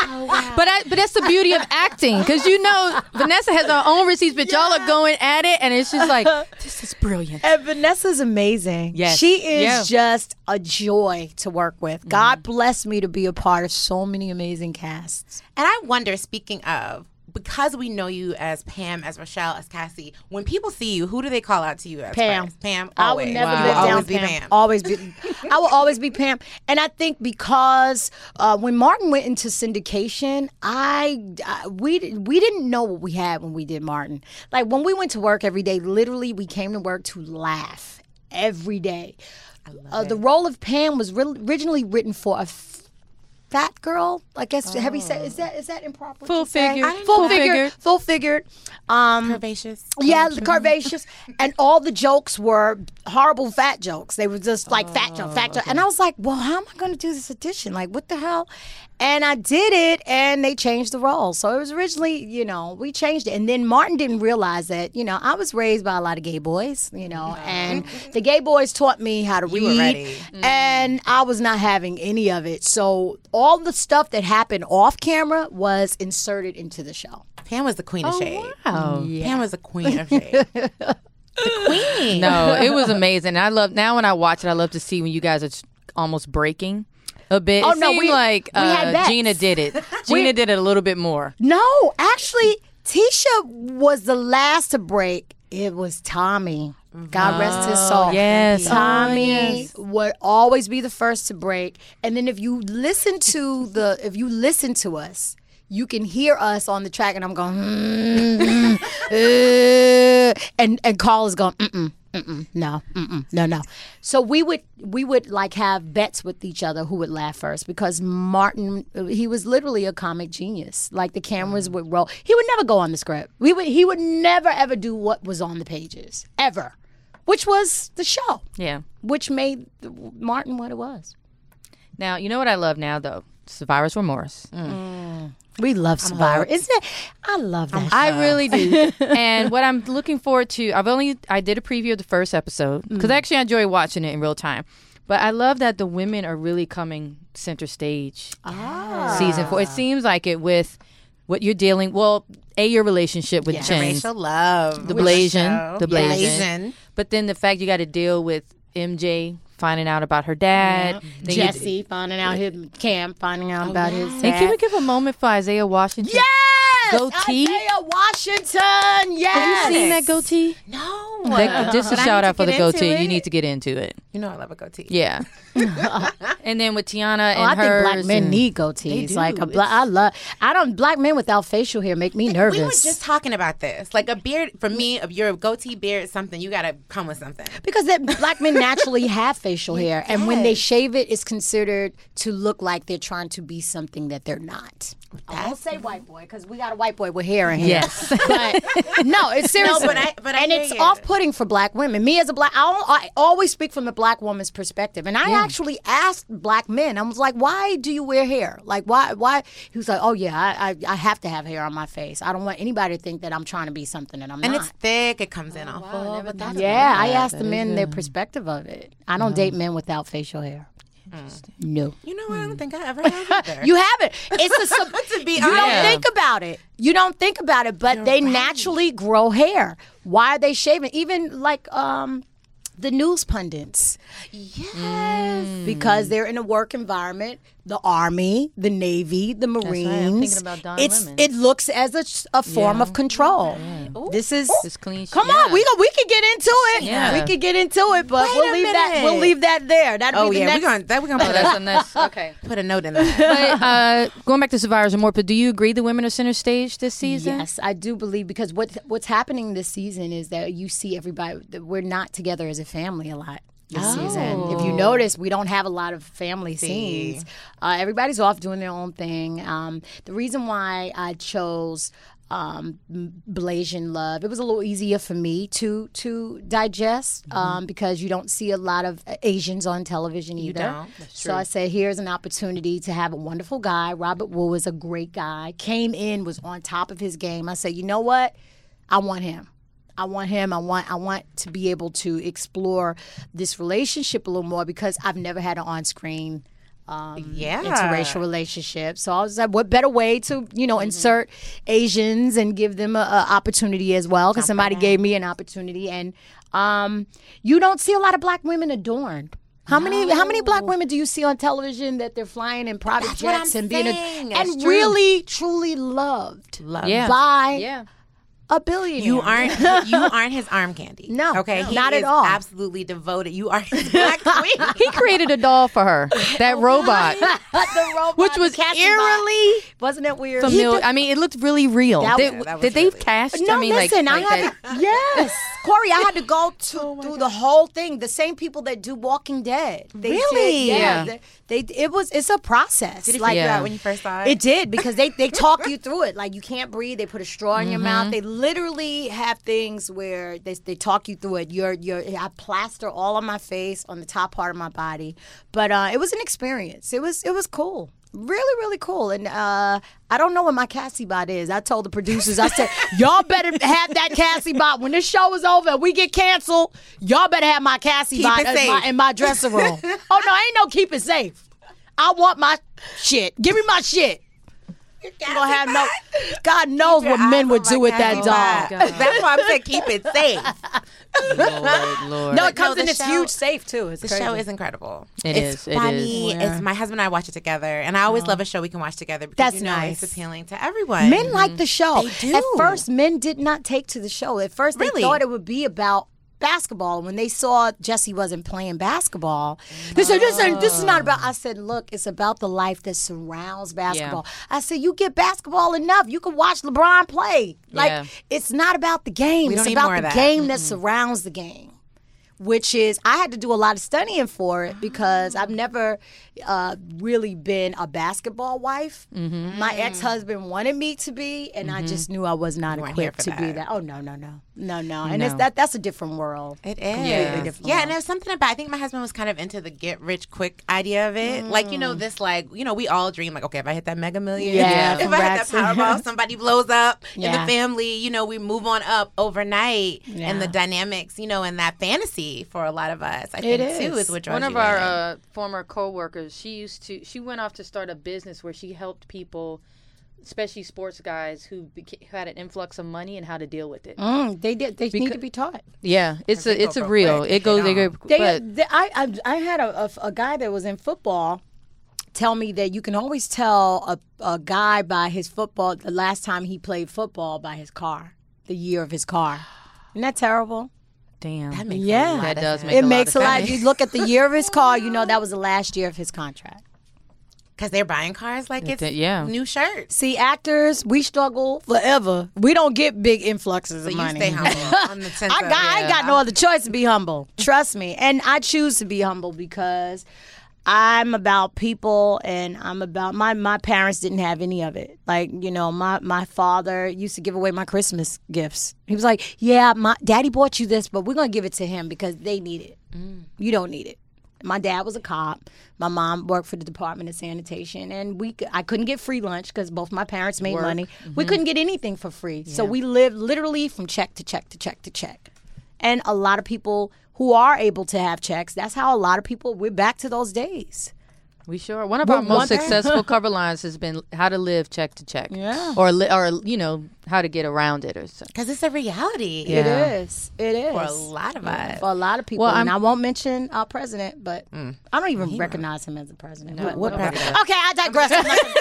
A: But I, but that's the beauty of acting because you know Vanessa has her own receipts, but y'all are going at it, and it's just like this is brilliant.
E: And Vanessa's amazing.
A: Yes.
E: She is
A: Yeah. Mm-hmm.
E: just a joy to work with. God bless me to be a part of so many amazing casts.
C: And I wonder, speaking of, because we know you as Pam, as Rochelle, as Cassie, when people see you, who do they call out to you as
E: Pam.
C: first? Pam,
E: I
C: always.
E: will never
C: You
E: live
C: will
E: down
C: always
E: Pam.
C: be Pam.
E: Always be. I will always be Pam. And I think because uh, when Martin went into syndication, I, I we we didn't know what we had when we did Martin. Like when we went to work every day, literally we came to work to laugh every day. Uh, the role of Pam was re- originally written for a f- fat girl. I guess have we said is that is that improper?
A: Full
E: to say?
A: figured. I didn't
E: full
A: know that.
E: figured, full figured. Um,
C: Curvaceous.
E: yeah, the curvaceous, and all the jokes were horrible fat jokes. They were just like fat joke, fat joke, and I was like, "Well, how am I going to do this edition? Like, what the hell?" And I did it, and they changed the role. So it was originally, you know, we changed it, and then Martin didn't realize that, you know, I was raised by a lot of gay boys, you know, and the gay boys taught me how to read,
C: ready.
E: and I was not having any of it. So all the stuff that happened off camera was inserted into the show.
C: Pam was the queen
E: Oh,
C: of shade.
A: Wow.
C: Pam was the queen of shade. the queen.
A: No, it was amazing. I love now when I watch it. I love to see when you guys are s- almost breaking a bit.
E: Oh,
A: it
E: no,
A: seemed
E: we-
A: like
E: we had
A: uh,
E: bets.
A: Gina did it. Gina did it a little bit more.
E: No, actually, Tisha was the last to break. It was Tommy. God rest his soul.
A: yes.
E: Tommy would always be the first to break. And then if you listen to the if you listen to us, you can hear us on the track and I'm going mm, mm, uh," and and Carl is going "Mm, mm-mm. Mm-mm, no, mm-mm, no, no. So we would we would like have bets with each other who would laugh first because Martin he was literally a comic genius. Like the cameras would roll. He would never go on the script. We would he would never ever do what was on the pages ever, which was the show
A: Yeah.
E: which made the- Martin what it was.
A: Now you know what I love now though. Survivor's remorse.
E: We love Survivor, isn't it? I love that.
A: I really do. and what I'm looking forward to, I've only I did a preview of the first episode
C: Mm.
A: because actually I enjoy watching it in real time. But I love that the women are really coming center stage.
C: Ah.
A: Season four. It seems like it with what you're dealing. Well, a your relationship with Jen,
C: Racial love.
A: the blazing, the blazing.
C: Blazing.
A: But then the fact you got to deal with MJ finding out about her dad. Then you-
E: Jesse finding out his Cam finding out about his
A: and can we give a moment for Isaiah Washington?
E: yes,
A: Goatee?
E: Isaiah Washington. Yes.
A: Seen that goatee?
C: No.
A: That- just a
C: But I
A: shout
C: need
A: out
C: to
A: for the
C: get into
A: goatee. You
C: it.
A: need to get into it.
C: You know I love a goatee.
A: Yeah. and then with Tiana
E: Oh, I
A: and her.
E: think black men need goatees. Like a bla- I love. I don't. Black men without facial hair make me nervous.
C: We were just talking about this. Like a beard for me, if you're a goatee beard, is something you gotta come with something.
E: Because that black men naturally have facial hair, and when they shave it, it's considered to look like they're trying to be something that they're not. I won't say white boy because we got a white boy with hair in here.
A: Yes.
E: but no, it's serious.
C: but I- but I
E: and
C: hear
E: it's
C: you.
E: off-putting for black women. Me as a black, I, don't- I always speak from a black woman's perspective, and I actually asked black men. I was like, "Why do you wear hair? Like, why? Why?" He was like, "Oh yeah, I, I, I have to have hair on my face. I don't want anybody to think that I'm trying to be something that I'm
C: And
E: not."
C: it's thick, it comes in
E: Oh,
C: all full. but that's
E: Yeah, I asked the men their perspective of it. I don't date men without facial hair. Mm. No.
C: you know what? I don't think I ever had either.
E: hmm. You have it. It's a sub-
C: To be
E: you
C: honest.
E: don't think about it. You don't think about it, but they naturally grow hair. Why are they shaving? Even like um the news pundits
C: yes.
A: Mm.
E: because they're in a work environment, the army, the navy, the marines.
A: thinking about Don
E: it's
A: Lemon.
E: it looks as a, s- a form of control. This is
A: It's clean. sh-
E: Come on,
A: yeah.
E: we go. We can get into it.
A: Yeah.
E: We can get into it, but
C: Wait
E: we'll
C: a
E: leave that. We'll
C: minute.
E: leave that there. That'll
C: Oh
E: be the
C: yeah,
E: next.
C: we're gonna that, we're gonna
A: Oh,
C: put
A: that's
C: a,
A: a nice. Okay.
C: put a note in there.
A: But uh, going back to Survivors and more, but do you agree the women are center stage this season?
E: Yes, I do believe because what what's happening this season is that you see everybody. that We're not together as a family a lot this season. If you notice, we don't have a lot of family scenes. Uh, everybody's off doing their own thing. Um, the reason why I chose um blasian love it was a little easier for me to to digest um because you don't see a lot of asians on television either
C: don't.
E: so I said, here's an opportunity to have a wonderful guy. Robert Wu is a great guy. Came in, was on top of his game. I said, you know what? I want him. I want him. I want I want to be able to explore this relationship a little more because I've never had an on screen
C: Yeah. Mm-hmm.
E: interracial relationship. So I was like, what better way to, you know, insert Asians and give them a, a opportunity as well? Because somebody gave me an opportunity, and um, you don't see a lot of black women adorned. How many how many black women do you see on television that they're flying in private
C: what
E: jets
C: I'm
E: and being
C: saying.
E: a,
C: That's
E: and
C: true.
E: really truly loved
C: Love.
A: Yeah.
E: by
A: Yeah.
E: a billionaire?
C: You aren't you aren't his arm candy.
E: No,
C: Okay.
E: no.
C: He
E: Not at
C: is
E: all.
C: Absolutely devoted. You are his black queen.
A: He created a doll for her,
E: Oh,
A: that robot,
E: the robot,
A: which was
E: Cassie Bot.
A: eerily
E: wasn't it weird?
A: familiar. I mean, it looked really real.
E: That
A: did
E: was-
C: that was
A: did they
C: really-
A: cast?
E: No,
A: I mean, like-
E: listen,
A: like,
E: I had
A: that- Oh
E: to, yes, Corey, I had to go to, through the whole thing. The same people that do Walking Dead, they
C: Really?
E: did, yeah,
A: Yeah.
E: They, they- it was it's a process.
C: Did it
E: like
C: freak you
A: Yeah.
C: out when you first saw it?
E: it did because they they talk you through it. Like you can't breathe. They put a straw in your
C: Mm-hmm.
E: mouth. They literally have things where they, they talk you through it. You're you're I plaster all on my face, on the top part of my body. But uh, it was an experience. It was it was cool. Really, really cool. And uh, I don't know what my Cassie bot is. I told the producers, I said, y'all better have that Cassie bot. When this show is over and we get canceled, y'all better have my Cassie bot
C: it
E: in my,
C: safe.
E: in my dressing room. oh, no, ain't no keep it safe. I want my shit. Give me my shit. You don't have no. God knows what men would do with that
C: Oh
E: dog.
C: That's why I'm saying keep it safe.
A: Lord, Lord.
E: No, it comes
C: the
E: in this
C: show-
E: huge safe too. It's
C: The
E: crazy.
C: show is incredible.
A: It
C: it's
A: is, it is.
C: funny. It's my husband and I watch it together, and I always love a show we can watch together because
E: That's
C: you know
E: nice.
C: it's appealing to everyone.
E: Men like the show.
C: They do.
E: At first, men did not take to the show. At first, they
C: Really?
E: thought it would be about basketball. When they saw Jesse wasn't playing basketball, they said, "This, ain't- this is not about." I said, "Look, it's about the life that surrounds basketball." I said, "You get basketball enough. You can watch LeBron play. Like
A: Yeah.
E: it's not about the game.
C: We
E: It's
C: don't need
E: about
C: more
E: the
C: of that.
E: game that surrounds the game." which is I had to do a lot of studying for it because
C: Ah.
E: I've never uh, really been a basketball wife.
C: Mm-hmm.
E: My ex husband wanted me to be, and I just knew I was not
C: weren't here
E: equipped to
C: for
E: do
C: that.
E: that. Oh no, no, no, no, no! And it's that that's a different world.
C: It is.
A: Completely
C: Yeah. and there's something about I think my husband was kind of into the get rich quick idea of it. Like, you know, this like, you know, we all dream like, okay, if I hit that mega million,
E: Mm. Yeah,
C: if I hit that
E: congrats.
C: Powerball, somebody blows up in
E: Yeah.
C: the family, you know, we move on up overnight and the dynamics, you know, and that fantasy for a lot of us, I think too
E: is.
C: is what draws
A: One of
C: you
A: our
C: in.
A: uh, former coworkers, she used to. She went off to start a business where she helped people, especially sports guys who, beca- who had an influx of money and how to deal with it.
E: Mm, they did. They need to be taught.
A: Yeah, it's a it's a real. It goes. They go.
E: They,
A: but
E: they- I, I I had a, a- a guy that was in football. tell me that you can always tell a, a guy by his football, the last time he played football by his car, the year of his car. Isn't that terrible?
A: Damn. That,
E: Yeah.
A: does make
E: it
A: a
E: makes a
A: lot of
E: lot.
A: sense.
E: You look at the year of his car, you know that was the last year of his contract.
C: Because they're buying cars like it's
A: Th- yeah.
C: new shirts.
E: See, actors, we struggle forever. We don't get big influxes of
C: So you
E: money.
C: stay humble. on the sense
E: I
C: of,
E: got, I
C: yeah.
E: ain't got no other choice to be humble. Trust me, and I choose to be humble because I'm about people, and I'm about my my parents didn't have any of it. Like you know, my my father used to give away my Christmas gifts. He was like, "Yeah, my daddy bought you this, but we're gonna give it to him because they need it. You don't need it." My dad was a cop. My mom worked for the Department of Sanitation, and we c- I couldn't get free lunch because both my parents made money. We couldn't get anything for free, so we lived literally from check to check to check to check. And a lot of people who are able to have checks, that's how a lot of people we're back to those days.
A: We sure. One of our most successful cover lines has been "How to Live Check to Check," yeah, or li- or you know how to get around it or something.
C: Because it's a reality
E: It is. It is.
C: for a lot
E: Mm.
C: of us.
E: For a lot of people,
A: Well,
E: and I
A: I'm-
E: won't mention our president, but I don't even recognize him as a president. but
C: What
E: okay,
C: part of
E: I digress. I'm not gonna-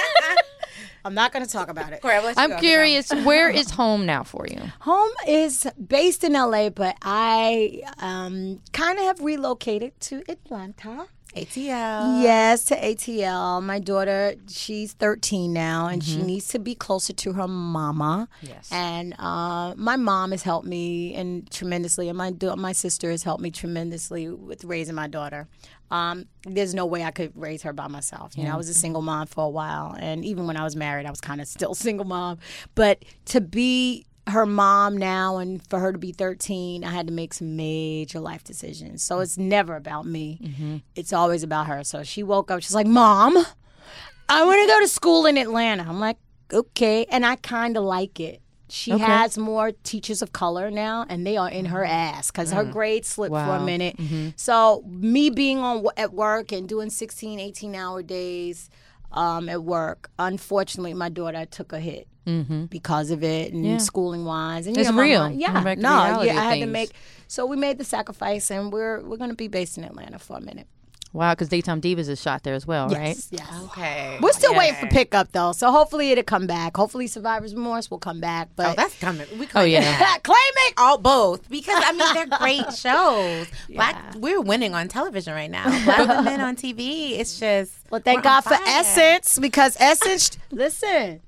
E: I'm not going to talk about it.
A: I'm curious, where is home now for you?
E: Home is based in LA, but I um, kind of have relocated to Atlanta.
C: ATL.
E: Yes, to ATL. My daughter, she's 13 now, and she needs to be closer to her mama. Yes. And uh, my mom has helped me and tremendously, and my da- my sister has helped me tremendously with raising my daughter. Um, there's no way I could raise her by myself. You know, I was a single mom for a while, and even when I was married, I was kind of still single mom. But to be her mom now and for her to be 13 i had to make some major life decisions so it's never about me it's always about her so she woke up she's like mom i want to go to school in atlanta i'm like okay and i kind of like it she has more teachers of color now and they are in her
A: Mm.
E: ass because her grades slipped for a minute
A: Mm-hmm.
E: so me being on at work and doing 16 18 hour days um, at work unfortunately my daughter took a hit because of it and schooling wise. And you
A: Mm-hmm. It's
E: know, my
A: real.
E: mom- yeah,
A: Come back to
E: no, yeah, I
A: reality of
E: had to
A: things.
E: make. So we made the sacrifice, and we're we're gonna be based in Atlanta for a minute.
A: Wow, because Daytime Divas is shot there as well, right?
E: Yes, yes.
C: Okay.
E: We're still waiting for pickup though, so hopefully it'll come back. Hopefully survivor's remorse will come back. But
C: Oh, that's coming. We
A: Oh
C: oh, yeah.
A: yeah.
E: claim it.
C: All both because I mean they're great shows. Black, we're winning on television right now. Black women on TV. It's just
E: Well, thank
C: we're on
E: God for
C: fire.
E: Essence because Essence. listen,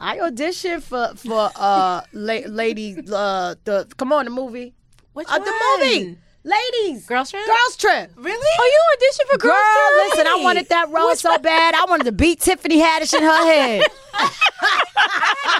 E: I auditioned for for uh la- lady uh the come on the movie
C: Which
E: uh, the movie ladies
C: Girl Trip?
E: girls trip
C: Really?
E: Oh, you auditioned for
C: Girl Trip?
E: Listen, I wanted that role so bad. I wanted to beat Tiffany Haddish in her head.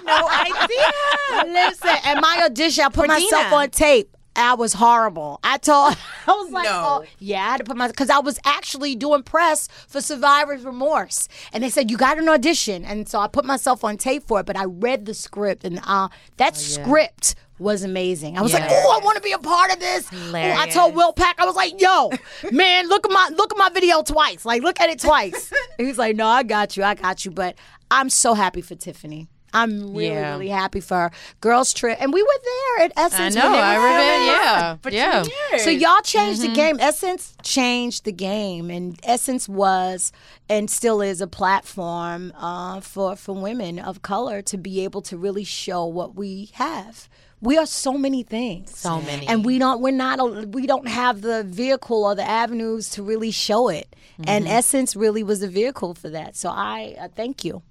C: No idea.
E: Listen, at my audition, I put myself
C: Dina.
E: on tape. I was horrible. I told, I was like,
C: No.
E: oh, yeah, I had to put my, because I was actually doing press for Survivor's Remorse. And they said, you got an audition. And so I put myself on tape for it, but I read the script, and uh, that
A: Oh,
E: script was amazing. I was like, oh, I want to be a part of this. Ooh, I told Will Pack, I was like, yo, man, look at my look at my video twice. Like, look at it twice. and he's like, no, I got you, I got you. But I'm so happy for Tiffany. I'm really,
A: Yeah.
E: really happy for her. Girls Trip. And we were there at
A: I
E: Essence.
A: know.
E: when they
A: I
E: were
A: remember.
E: filming.
A: Yeah. yeah.
E: So y'all changed
C: Mm-hmm.
E: the game. Essence changed the game, and Essence was and still is a platform uh, for for women of color to be able to really show what we have. We are so many things,
C: So many.
E: and we don't. We're not. A, we don't have the vehicle or the avenues to really show it. And
C: Mm-hmm.
E: Essence really was the vehicle for that. So I uh, thank you.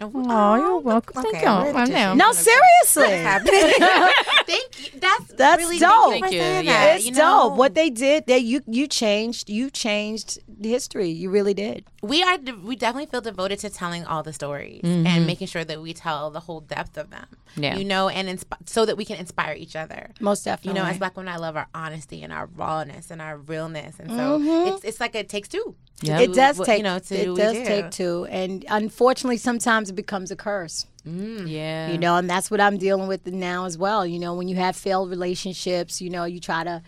A: Oh, you're welcome. Thank
C: Okay,
A: you.
C: I'm
A: I'm
C: ready to
A: now.
E: No, seriously,
C: Thank you. That's
E: That's
C: really
E: dope.
C: Thank you. for
A: Thank you,
C: saying
A: yeah.
C: that,
E: it's
C: you know?
E: dope. What they did, they you you changed. You changed history. You really did.
C: we are de- we definitely feel devoted to telling all the stories and making sure that we tell the whole depth of them
A: Yeah.
C: you know and insp- so that we can inspire each other
E: Most
C: you
E: definitely.
C: know as black women i love our honesty and our rawness and our realness and so it's, it's like it takes two to
A: Yeah.
C: do
E: it does
C: what-
E: take
C: you know to
E: it
C: do what we
E: does
C: do.
E: take two, and unfortunately, sometimes it becomes a curse.
A: Yeah.
E: You know, and that's what I'm dealing with now as well. You know, when you have failed relationships, you know, you try to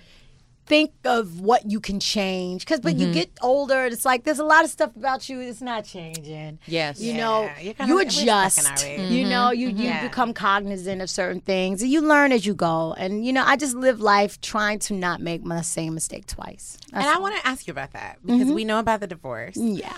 E: think of what you can change because when
C: Mm-hmm.
E: you get older, and it's like there's a lot of stuff about you that's not changing.
A: Yes.
E: You
A: Yeah,
E: know,
C: you're kinda-
E: you
C: we're stuck in our
E: adjust.
C: ways.
E: You know, you you become cognizant of certain things, and you learn as you go. And you know, I just live life trying to not make my same mistake twice. Mm-hmm.
C: and i want to ask you about that because we know about the divorce
E: Yeah.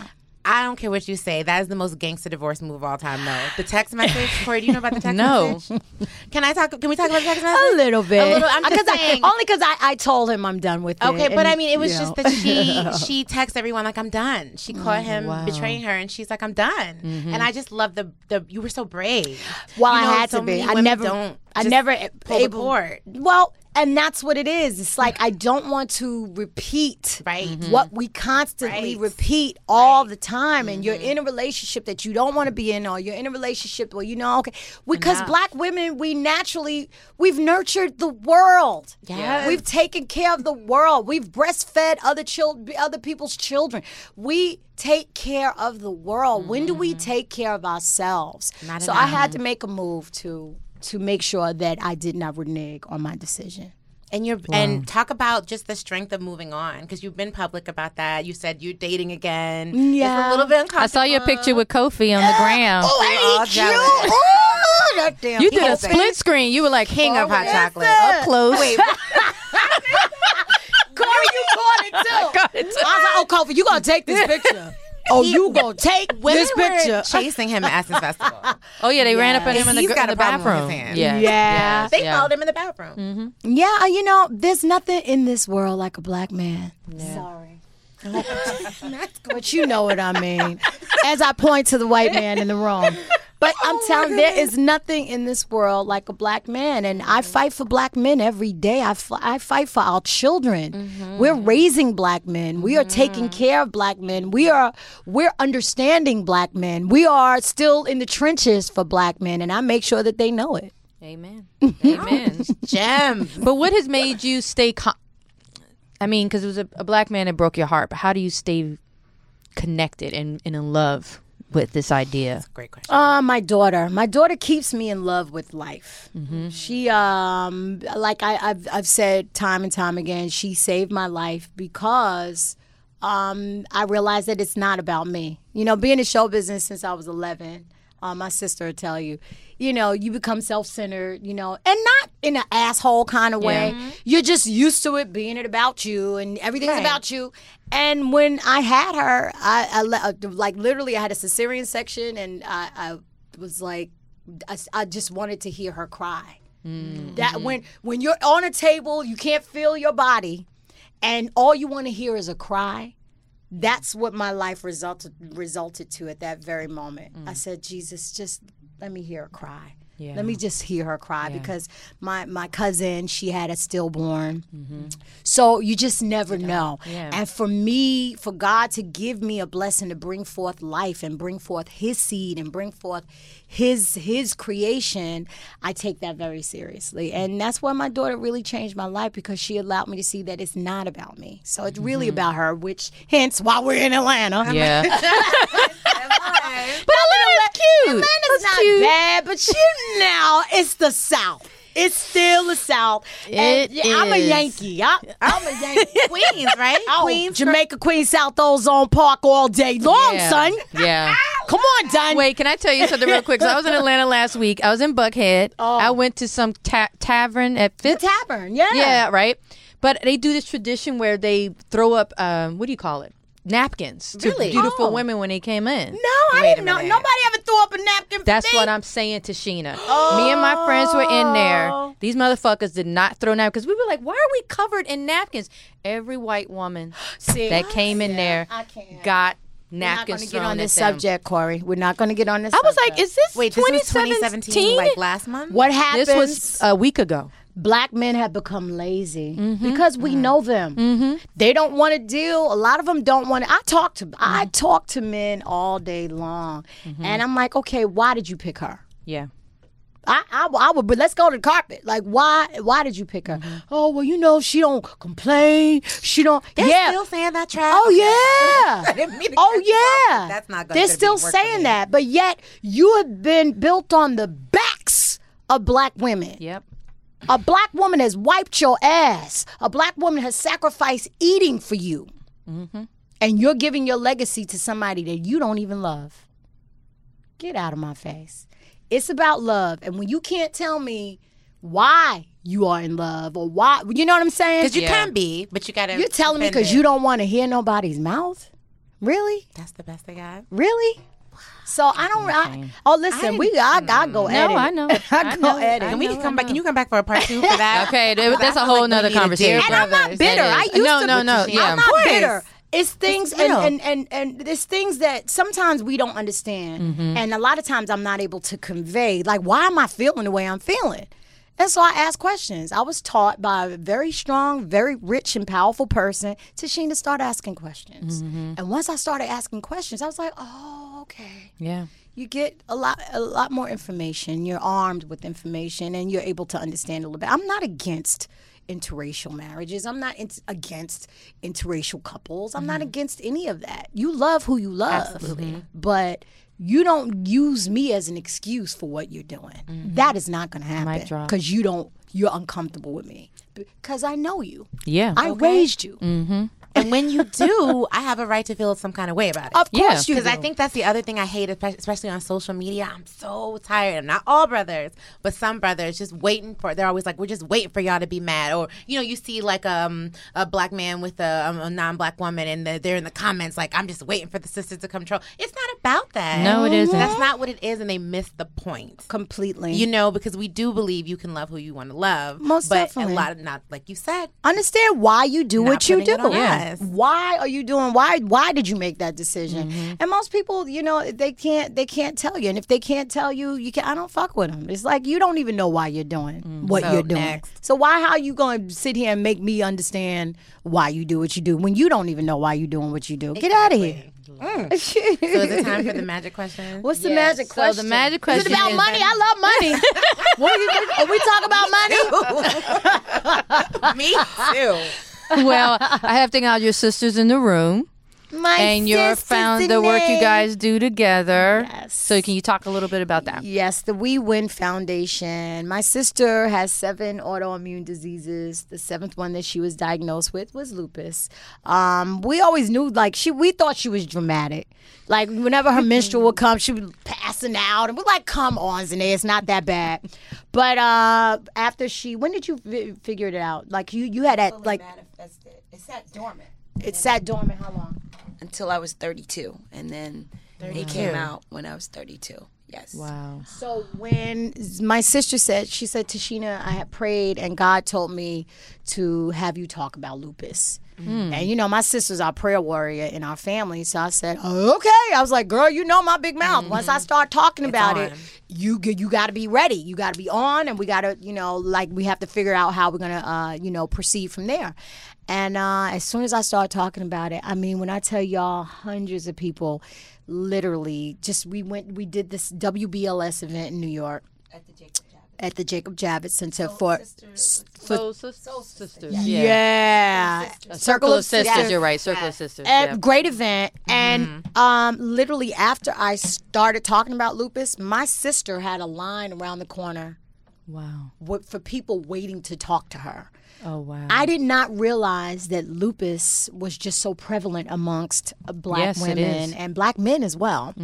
C: I don't care what you say. That is the most gangster divorce move of all time, though. The text message, Corey. Do you know about the text
A: No.
C: message? No. Can I talk? Can we talk about the text message?
E: A little bit. Uh,
C: little- I'm just
E: 'Cause I-
C: saying.
E: only because I, I told him I'm done with it.
C: Okay, but
E: and,
C: I mean, it was
E: you
C: just
E: know.
C: that she she texts everyone like I'm done.
A: Oh,
C: She caught him betraying her, and she's like I'm done.
A: Mm-hmm.
C: And I just love the the you were so brave.
E: Well,
C: You
E: I
C: know,
E: had
C: so
E: to be.
C: many
E: I
C: women
E: never.
C: don't
E: I
C: just
E: never
C: pull the
E: able.
C: cord. Mm-hmm.
E: Well, and that's what it is. It's like I don't want to repeat
C: Right. Mhm.
E: what we constantly
C: Right. Mm-hmm.
E: repeat all the time. And you're in a relationship that you don't want to be in, or you're in a relationship where you know, okay, because black women, we naturally we've nurtured the world.
C: Yes.
E: we've taken care of the world. We've breastfed other children, other people's children. We take care of the world. When do we take care of ourselves?
C: Not
E: so I
C: enough.
E: had to make a move to to make sure that I did not renege on my decision.
C: And you're and talk about just the strength of moving on because you've been public about that. You said you're dating again. it's
E: Yeah.
C: a little bit
A: I
C: uncomfortable.
A: saw your picture with Kofi on the ground.
E: Oh,
C: all
E: ain't you?
C: jealous.
E: Oh, that damn.
A: You did a split screen. You were like, "Oh, hang
C: Oh,
A: up hot chocolate. Up close.
E: Corey, you caught it too. I,
A: got it, too.
E: was like, oh, Kofi, you gonna take this picture? oh, you gonna take
C: Women
E: this picture?
C: were chasing him at Essence Festival.
A: Oh, yeah, they ran up at him in the,
C: He's
A: gr-
C: got
A: in
C: a
A: the
C: problem with his
A: bathroom.
C: hand.
A: Yeah.
E: yeah,
C: They
A: Yeah.
C: followed him in the bathroom.
A: Mm-hmm.
E: yeah. uh, You know, there's nothing in this world like a black man. Sorry. but you know what I mean. As I point to the white man in the room. But I'm telling there is nothing in this world like a black man. And I fight for black men every day. I, f- I fight for our children. We're raising black men. We are taking care of black men. We are we're understanding black men. We are still in the trenches for black men and I make sure that they know it.
A: Amen. Amen.
C: Gem.
A: But what has made you stay? Con- I mean, because it was a, a black man that broke your heart. But how do you stay connected and, and in love with this idea?
C: Great question.
E: Uh, my daughter. My daughter keeps me in love with life. She, um, like I, I've, I've said time and time again, she saved my life because um, I realized that it's not about me. You know, being in show business since I was 11, uh, my sister will tell you, you know, you become self centered, you know, and not in an asshole kind of way. You're just used to it being it about you and everything's about you. And when I had her, I, I le- uh, like literally I had a cesarean section and I, I was like, I, s- I just wanted to hear her cry. That when when you're on a table, you can't feel your body, and all you want to hear is a cry. That's what my life resulted resulted to at that very moment. I said, Jesus, just let me hear her cry. Let me just hear her cry because my my cousin she had a stillborn. So you just never know. And for me, for God to give me a blessing to bring forth life and bring forth his seed and bring forth his his creation, I take that very seriously. And that's why my daughter really changed my life because she allowed me to see that it's not about me. So it's really about her, which hence why we're in Atlanta.
A: Yeah,
E: But Atlanta's cute.
A: That's
E: Atlanta's not
A: cute.
E: bad, but you know, it's the South. It's still the South. and
A: It
E: yeah, I'm a
A: is.
E: Yankee. I, I'm a Yankee.
C: Queens, right?
E: Oh,
C: Queens.
E: Jamaica, Queens, South Ozone Park all day long,
A: Yeah.
E: son.
A: Yeah.
E: Come on, Don.
A: Wait, can I tell you something real quick? So I was in Atlanta last week. I was in Buckhead. I went to some ta- tavern at Fifth.
E: Tavern, yeah.
A: yeah, right. But they do this tradition where they throw up um, what do you call it? Napkins to
C: Really?
A: beautiful
E: Oh.
A: women when they came in.
E: No, I
C: Wait a
E: didn't know.
C: minute.
E: Nobody ever threw up a napkin for
A: That's
E: me.
A: what I'm saying to Sheena. Me and my friends were in there.
E: Oh.
A: These motherfuckers did not throw napkins. We were like, why are we covered in napkins? Every white woman
E: See,
A: that came in there
E: I can't.
A: got
E: We're not going
A: napkins
E: to get
A: thrown
E: on
A: at
E: this
A: them.
E: subject, Corey. We're not going to get on this
A: I was
E: subject.
A: like, is this
C: Wait, this was 2017,
A: 2017?
C: like last month?
E: what happens?
A: this was a week ago.
E: black men have become lazy
C: Mm-hmm.
E: because we know them. They don't want to deal. A lot of them don't want to. I talk to I
C: Mm-hmm.
E: talk to men all day long, and I'm like, okay, why did you pick her?
A: Yeah.
E: I, I, I would, but let's go to the carpet. Like, why? Why did you pick her?
C: Mm-hmm.
E: Oh well, you know she don't complain. She don't.
C: They're
E: yeah.
C: still saying that trash.
E: oh yeah.
C: didn't mean to cut you off,
E: oh yeah.
C: but that's not gonna-
E: They're
C: gonna be
E: still
C: work for
E: saying
C: me.
E: that, but yet you have been built on the backs of black women.
A: Yep.
E: A black woman has wiped your ass. A black woman has sacrificed eating for you. And you're giving your legacy to somebody that you don't even love. Get out of my face. It's about love. And when you can't tell me why you are in love or why, you know what I'm saying?
C: Because you can be, but you gotta.
E: You're telling me because you don't want to hear nobody's mouth? Really?
C: That's the best I got.
E: Really? So I don't. I, oh, listen, we I, I go at it.
A: Oh, I know. I
E: I go
A: know,
E: at
A: I
E: it.
C: And we can come back. Can you come back for a part two for that?
A: Okay, th- that's a whole nother conversation.
E: And I'm not bitter. I used
A: no,
E: to.
A: no, no. Yeah,
E: I'm not bitter. It's things and,
C: real.
E: and, and, and there's things that sometimes we don't understand.
A: Mm-hmm.
E: And a lot of times I'm not able to convey, like, why am I feeling the way I'm feeling? And so I ask questions. I was taught by a very strong, very rich, and powerful person, Tashina, start asking questions.
A: Mm-hmm.
E: And once I started asking questions, I was like, oh, okay
A: yeah.
E: you get a lot a lot more information. You're armed with information and you're able to understand a little bit. I'm not against interracial marriages. I'm not in- against interracial couples. I'm
A: Mm-hmm.
E: not against any of that. You love who you love. But you don't use me as an excuse for what you're doing. That is not going to happen
A: Mm-hmm. drop.
E: because you don't you're uncomfortable with me because I know you.
A: Yeah.
E: I raised you.
A: Mm.
C: and when you do, I have a right to feel some kind of way about it.
E: Of
A: Yeah.
E: course you
C: Because
E: do.
C: I think that's the other thing I hate, espe- especially on social media. I'm so tired. And not all brothers, but some brothers just waiting for. They're always like, "We're just waiting for y'all to be mad," or you know, you see like um a black man with a, um, a non-black woman, and they're- they're in the comments like, "I'm just waiting for the sisters to come troll." It's not about that.
A: No, it isn't.
C: That's not what it is, and they miss the point.
E: completely.
C: You know, because we do believe you can love who you want to love.
E: Most
C: but
E: definitely.
C: a lot of not like you said.
E: understand why you do what you do.
C: putting it on Yeah. us.
E: Why are you doing why why did you make that decision?
A: Mm-hmm.
E: And most people, you know, they can't they can't tell you. And if they can't tell you, you can not I don't fuck with them. It's like you don't even know why you're doing
A: Mm-hmm.
E: what
C: So,
E: you're doing.
C: next.
E: So why how you going to sit here and make me understand why you do what you do when you don't even know why you're doing what you do? Get out of here.
C: So is it time for the magic question?
E: What's the magic question?
A: So the magic
E: Is
A: question
E: it about
A: is-
E: money? I love money. what are, you, are we talking about money?
C: Me too.
A: well, I have to acknowledge your sisters in the room
E: My
A: and your
E: sister's
A: founder work you
E: name.
A: guys do together.
E: Yes.
A: So can you talk a little bit about that?
E: Yes, the We Win Foundation. My sister has seven autoimmune diseases. The seventh one that she was diagnosed with was lupus. Um, we always knew, like she, we thought she was dramatic. Like whenever her menstrual would come, she was passing out, and we're like, "Come on, Zanae, it's not that bad." But uh, after she, when did you fi- figure it out? Like you, you had that, like
F: manifested. It sat dormant
E: it sat dormant. How long?
F: until I was 32, and then it came out when I was 32. Yes.
A: Wow.
E: So when my sister said, she said, Tashina, I had prayed and God told me to have you talk about lupus. And you know, my sister's our prayer warrior in our family. So I said, okay. I was like, girl, you know my big mouth. Once I start talking about it, you g- you got to be ready. You got to be on, and we got to, you know, like we have to figure out how we're gonna, uh, you know, proceed from there. And uh, as soon as I started talking about it, I mean, when I tell y'all, hundreds of people, literally, just we went, we did this WBLS event in New York at the Jacob Javits Center for
A: So, sisters. Yeah.
E: yeah,
A: Circle, of sisters.
E: Sisters.
A: You're right. Circle of sisters.
E: Uh,
A: Yeah.
E: Great event, and um, literally after I started talking about lupus, my sister had a line around the corner
A: Wow.
E: wa- for people waiting to talk to her.
A: Oh wow.
E: I did not realize that lupus was just so prevalent amongst uh, black
A: Yes, it
E: women
A: is. Mm-hmm.
E: and black men as well,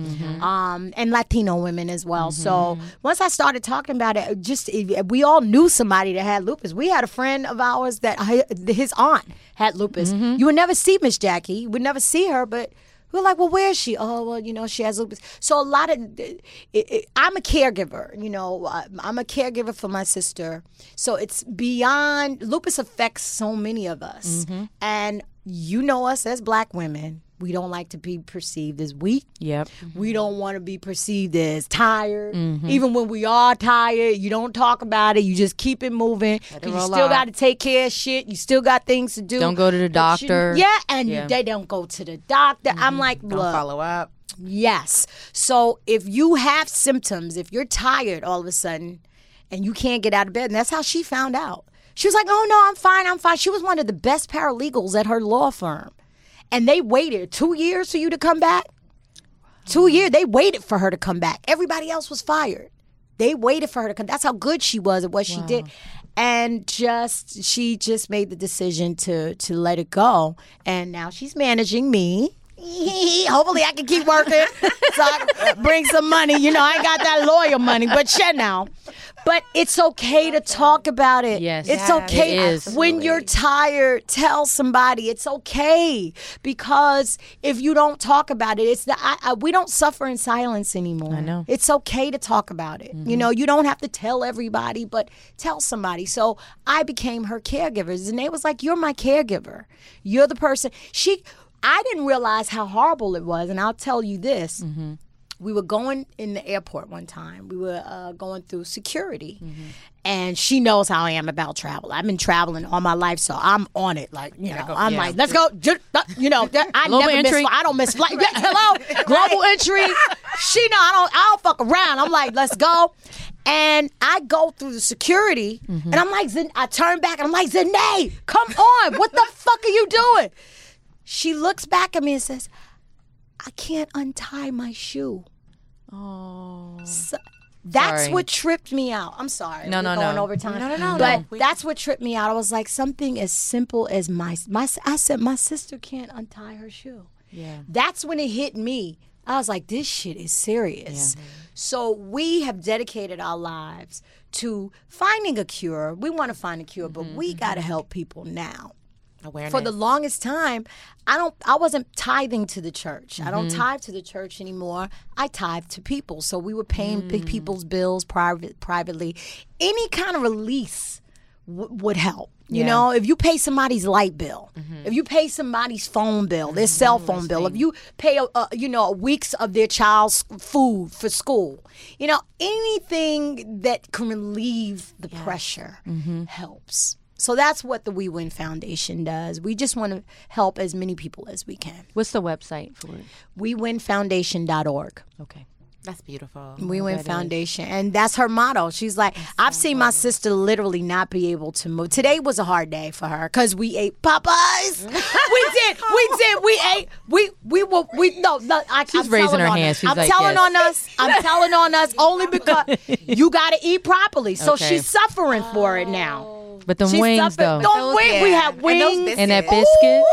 E: um, and Latino women as well. So once I started talking about it, it just it, we all knew somebody that had lupus. We had a friend of ours that hi- his aunt had lupus.
A: Mm-hmm.
E: You would never see Miss Jackie. You would never see her, but. we We're like, well, where is she? Oh, well, you know, she has lupus. So a lot of, it, it, I'm a caregiver. You know, I- I'm a caregiver for my sister. So it's beyond lupus affects so many of us,
A: Mm-hmm.
E: and you know us as Black women. We don't like to be perceived as weak.
A: Yep.
E: We don't want to be perceived as tired.
A: Mm-hmm.
E: Even when we are tired, you don't talk about it. You just keep it moving. 'Cause You still got to take care of shit. You still got things to do.
A: Don't go to the
E: But you-
A: doctor.
E: yeah, and you-
A: Yeah. Mm-hmm.
E: they don't go to the doctor. I'm like, look,
C: Follow up.
E: Yes. So if you have symptoms, if you're tired all of a sudden and you can't get out of bed, and that's how she found out. She was like, oh no, I'm fine, I'm fine. She was one of the best paralegals at her law firm. And they waited two years for you to come back. Two years, they waited for her to come back. Everybody else was fired. They waited for her to come. That's how good she was at what she did. And just she just made the decision to to let it go. And now she's managing me. Hopefully I can keep working so I can bring some money. You know, I ain't got that lawyer money, but shit now. But it's okay to talk about it.
A: Yes.
E: It's
A: Yes.
E: okay.
A: It is.
E: When you're tired, tell somebody. It's okay. Because if you don't talk about it, it's the I, I, we don't suffer in silence anymore. I know. Mm-hmm. It's okay to talk about it. You know, you don't have to tell everybody, but tell somebody. So I became her caregiver. Zanae was like, You're my caregiver. You're the person. She I didn't realize how horrible it was, and I'll tell you this we were going in the airport one time. We were uh, going through security, and she knows how I am about travel. I've been traveling all my life, so I'm on it. Like you know, I'm like, let's go. ju- uh, You know, that- I
A: Global
E: never
A: entry.
E: miss. I don't miss flight. Yeah, hello, global entry. She know I don't. I don't fuck around. I'm like, let's go. And I go through the security, and I'm like, Zin- I turn back, and I'm like, Zanae, come on, what the fuck are you doing? She looks back at me and says, I can't untie my shoe. Oh. that's
A: Sorry.
E: what tripped me out. I'm sorry.
A: No,
E: we're
A: no, no.
E: going over time. No, no, no. But that's what tripped me out. I was like, something as simple as my my. I said my sister can't untie her shoe. Yeah. That's when it hit me. I was like, this shit is serious. So we have dedicated our lives to finding a cure. We want to find a cure, but we got to help people now
C: Awareness.
E: for the longest time i don't i wasn't tithing to the church i don't tithe to the church anymore i tithe to people so we were paying big people's bills private privately any kind of release w- would help you know if you pay somebody's light bill if you pay somebody's phone bill their cell phone bill if you pay a, a, you know weeks of their child's food for school you know anything that can relieve the pressure helps so that's what the We Win Foundation does. We just want to help as many people as we can.
A: What's the website for it?
E: WeWinFoundation.org.
A: Okay.
C: That's beautiful.
A: Oh
E: We Win Foundation. And that's her motto. She's like, I've seen my sister literally not be able to move. Today was a hard day for her because we ate Popeyes. we did. We did. We ate. We we were we no, no I, She's
A: raising her hand. She's
E: I'm
A: like,
E: telling
A: yes.
E: on us. I'm telling on us only because you gotta eat properly. So
A: Okay.
E: she's suffering for it now.
A: But the
E: She's
A: wings,
E: suffering-
A: though.
E: The wing- we have wings.
A: and that
E: Ooh.
A: biscuit.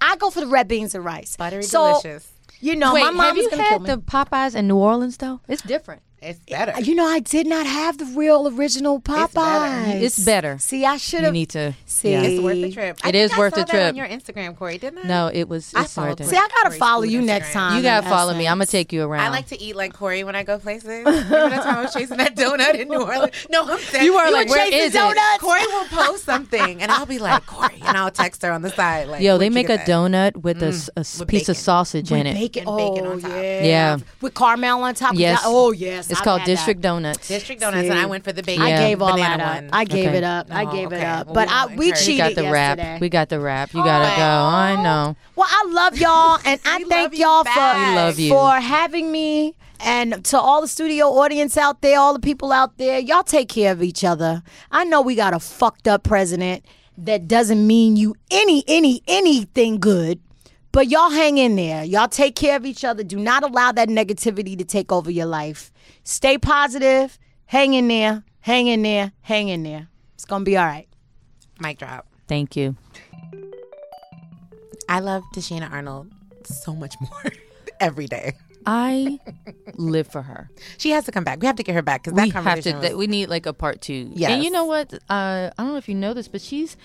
E: I go for the red beans and rice.
C: Buttery
E: so,
C: delicious.
E: You know,
A: Wait,
E: my
A: have
E: mom's
A: you
E: gonna kill
A: had
E: me.
A: the Popeyes in New Orleans though? It's different.
C: It's better.
E: Uh, You know, I did not have the real original Popeyes.
A: It's better.
E: See, I should
A: You
E: have.
A: need to.
E: See,
C: It's worth the trip. I
A: It is
C: think I
A: worth
C: saw
A: the
C: that on
A: trip.
C: your Instagram, Corey, didn't I?
A: No, it was.
C: I
A: It's right
C: followed
A: there.
E: See, I gotta
C: Corey's
E: follow
C: food
E: you
C: Instagram.
E: next time.
A: You gotta
E: in
A: follow me.
E: essence.
A: I'm gonna take you around.
C: I like to eat like Corey when I go places. Remember that time I was chasing that donut in New Orleans? No, I'm saying
A: You are like, where is it?
C: Corey will post something, and I'll be like, Corey, and I'll text her on the side. Like,
A: Yo, they
C: "Where'd you
A: make a
C: get that?"
A: donut with a s- a, s- piece
C: bacon.
A: of sausage in it.
E: Bacon,
C: And bacon
E: oh,
C: on top.
E: Yeah.
A: Yeah.
E: with caramel on top.
A: Yes.
E: Oh yes,
A: It's
E: I've
A: called
E: had
A: District
E: That.
A: Donuts.
C: District donuts, and I went for the bacon.
E: I gave all
C: banana
E: that up.
C: one.
E: I gave
A: Okay.
E: it up. I
C: No,
E: gave it
C: Oh, okay.
E: up.
C: Well,
E: but
C: we
E: I,
C: won't
E: we
C: encourage-
E: cheated
A: We got the
E: yesterday.
A: wrap. We got the wrap. You gotta go. I know.
E: Well, I love y'all, and I thank
C: you
E: y'all for
C: back. We
A: love you.
E: for having me. And to all the studio audience out there, all the people out there, y'all take care of each other. I know we got a fucked up president that doesn't mean you any any anything good. But y'all hang in there. Y'all take care of each other. Do not allow that negativity to take over your life. Stay positive. Hang in there. Hang in there. Hang in there. It's going to be all right.
C: Mic drop.
A: Thank you.
C: I love Tashina Arnold so much more every day.
A: I live for her.
C: She has to come back. We have to get her back because
A: we
C: that
A: have
C: conversation
A: to. that- we need like a part two. Yeah.
C: Yes.
A: And you know what? Uh, I don't know if you know this, but she's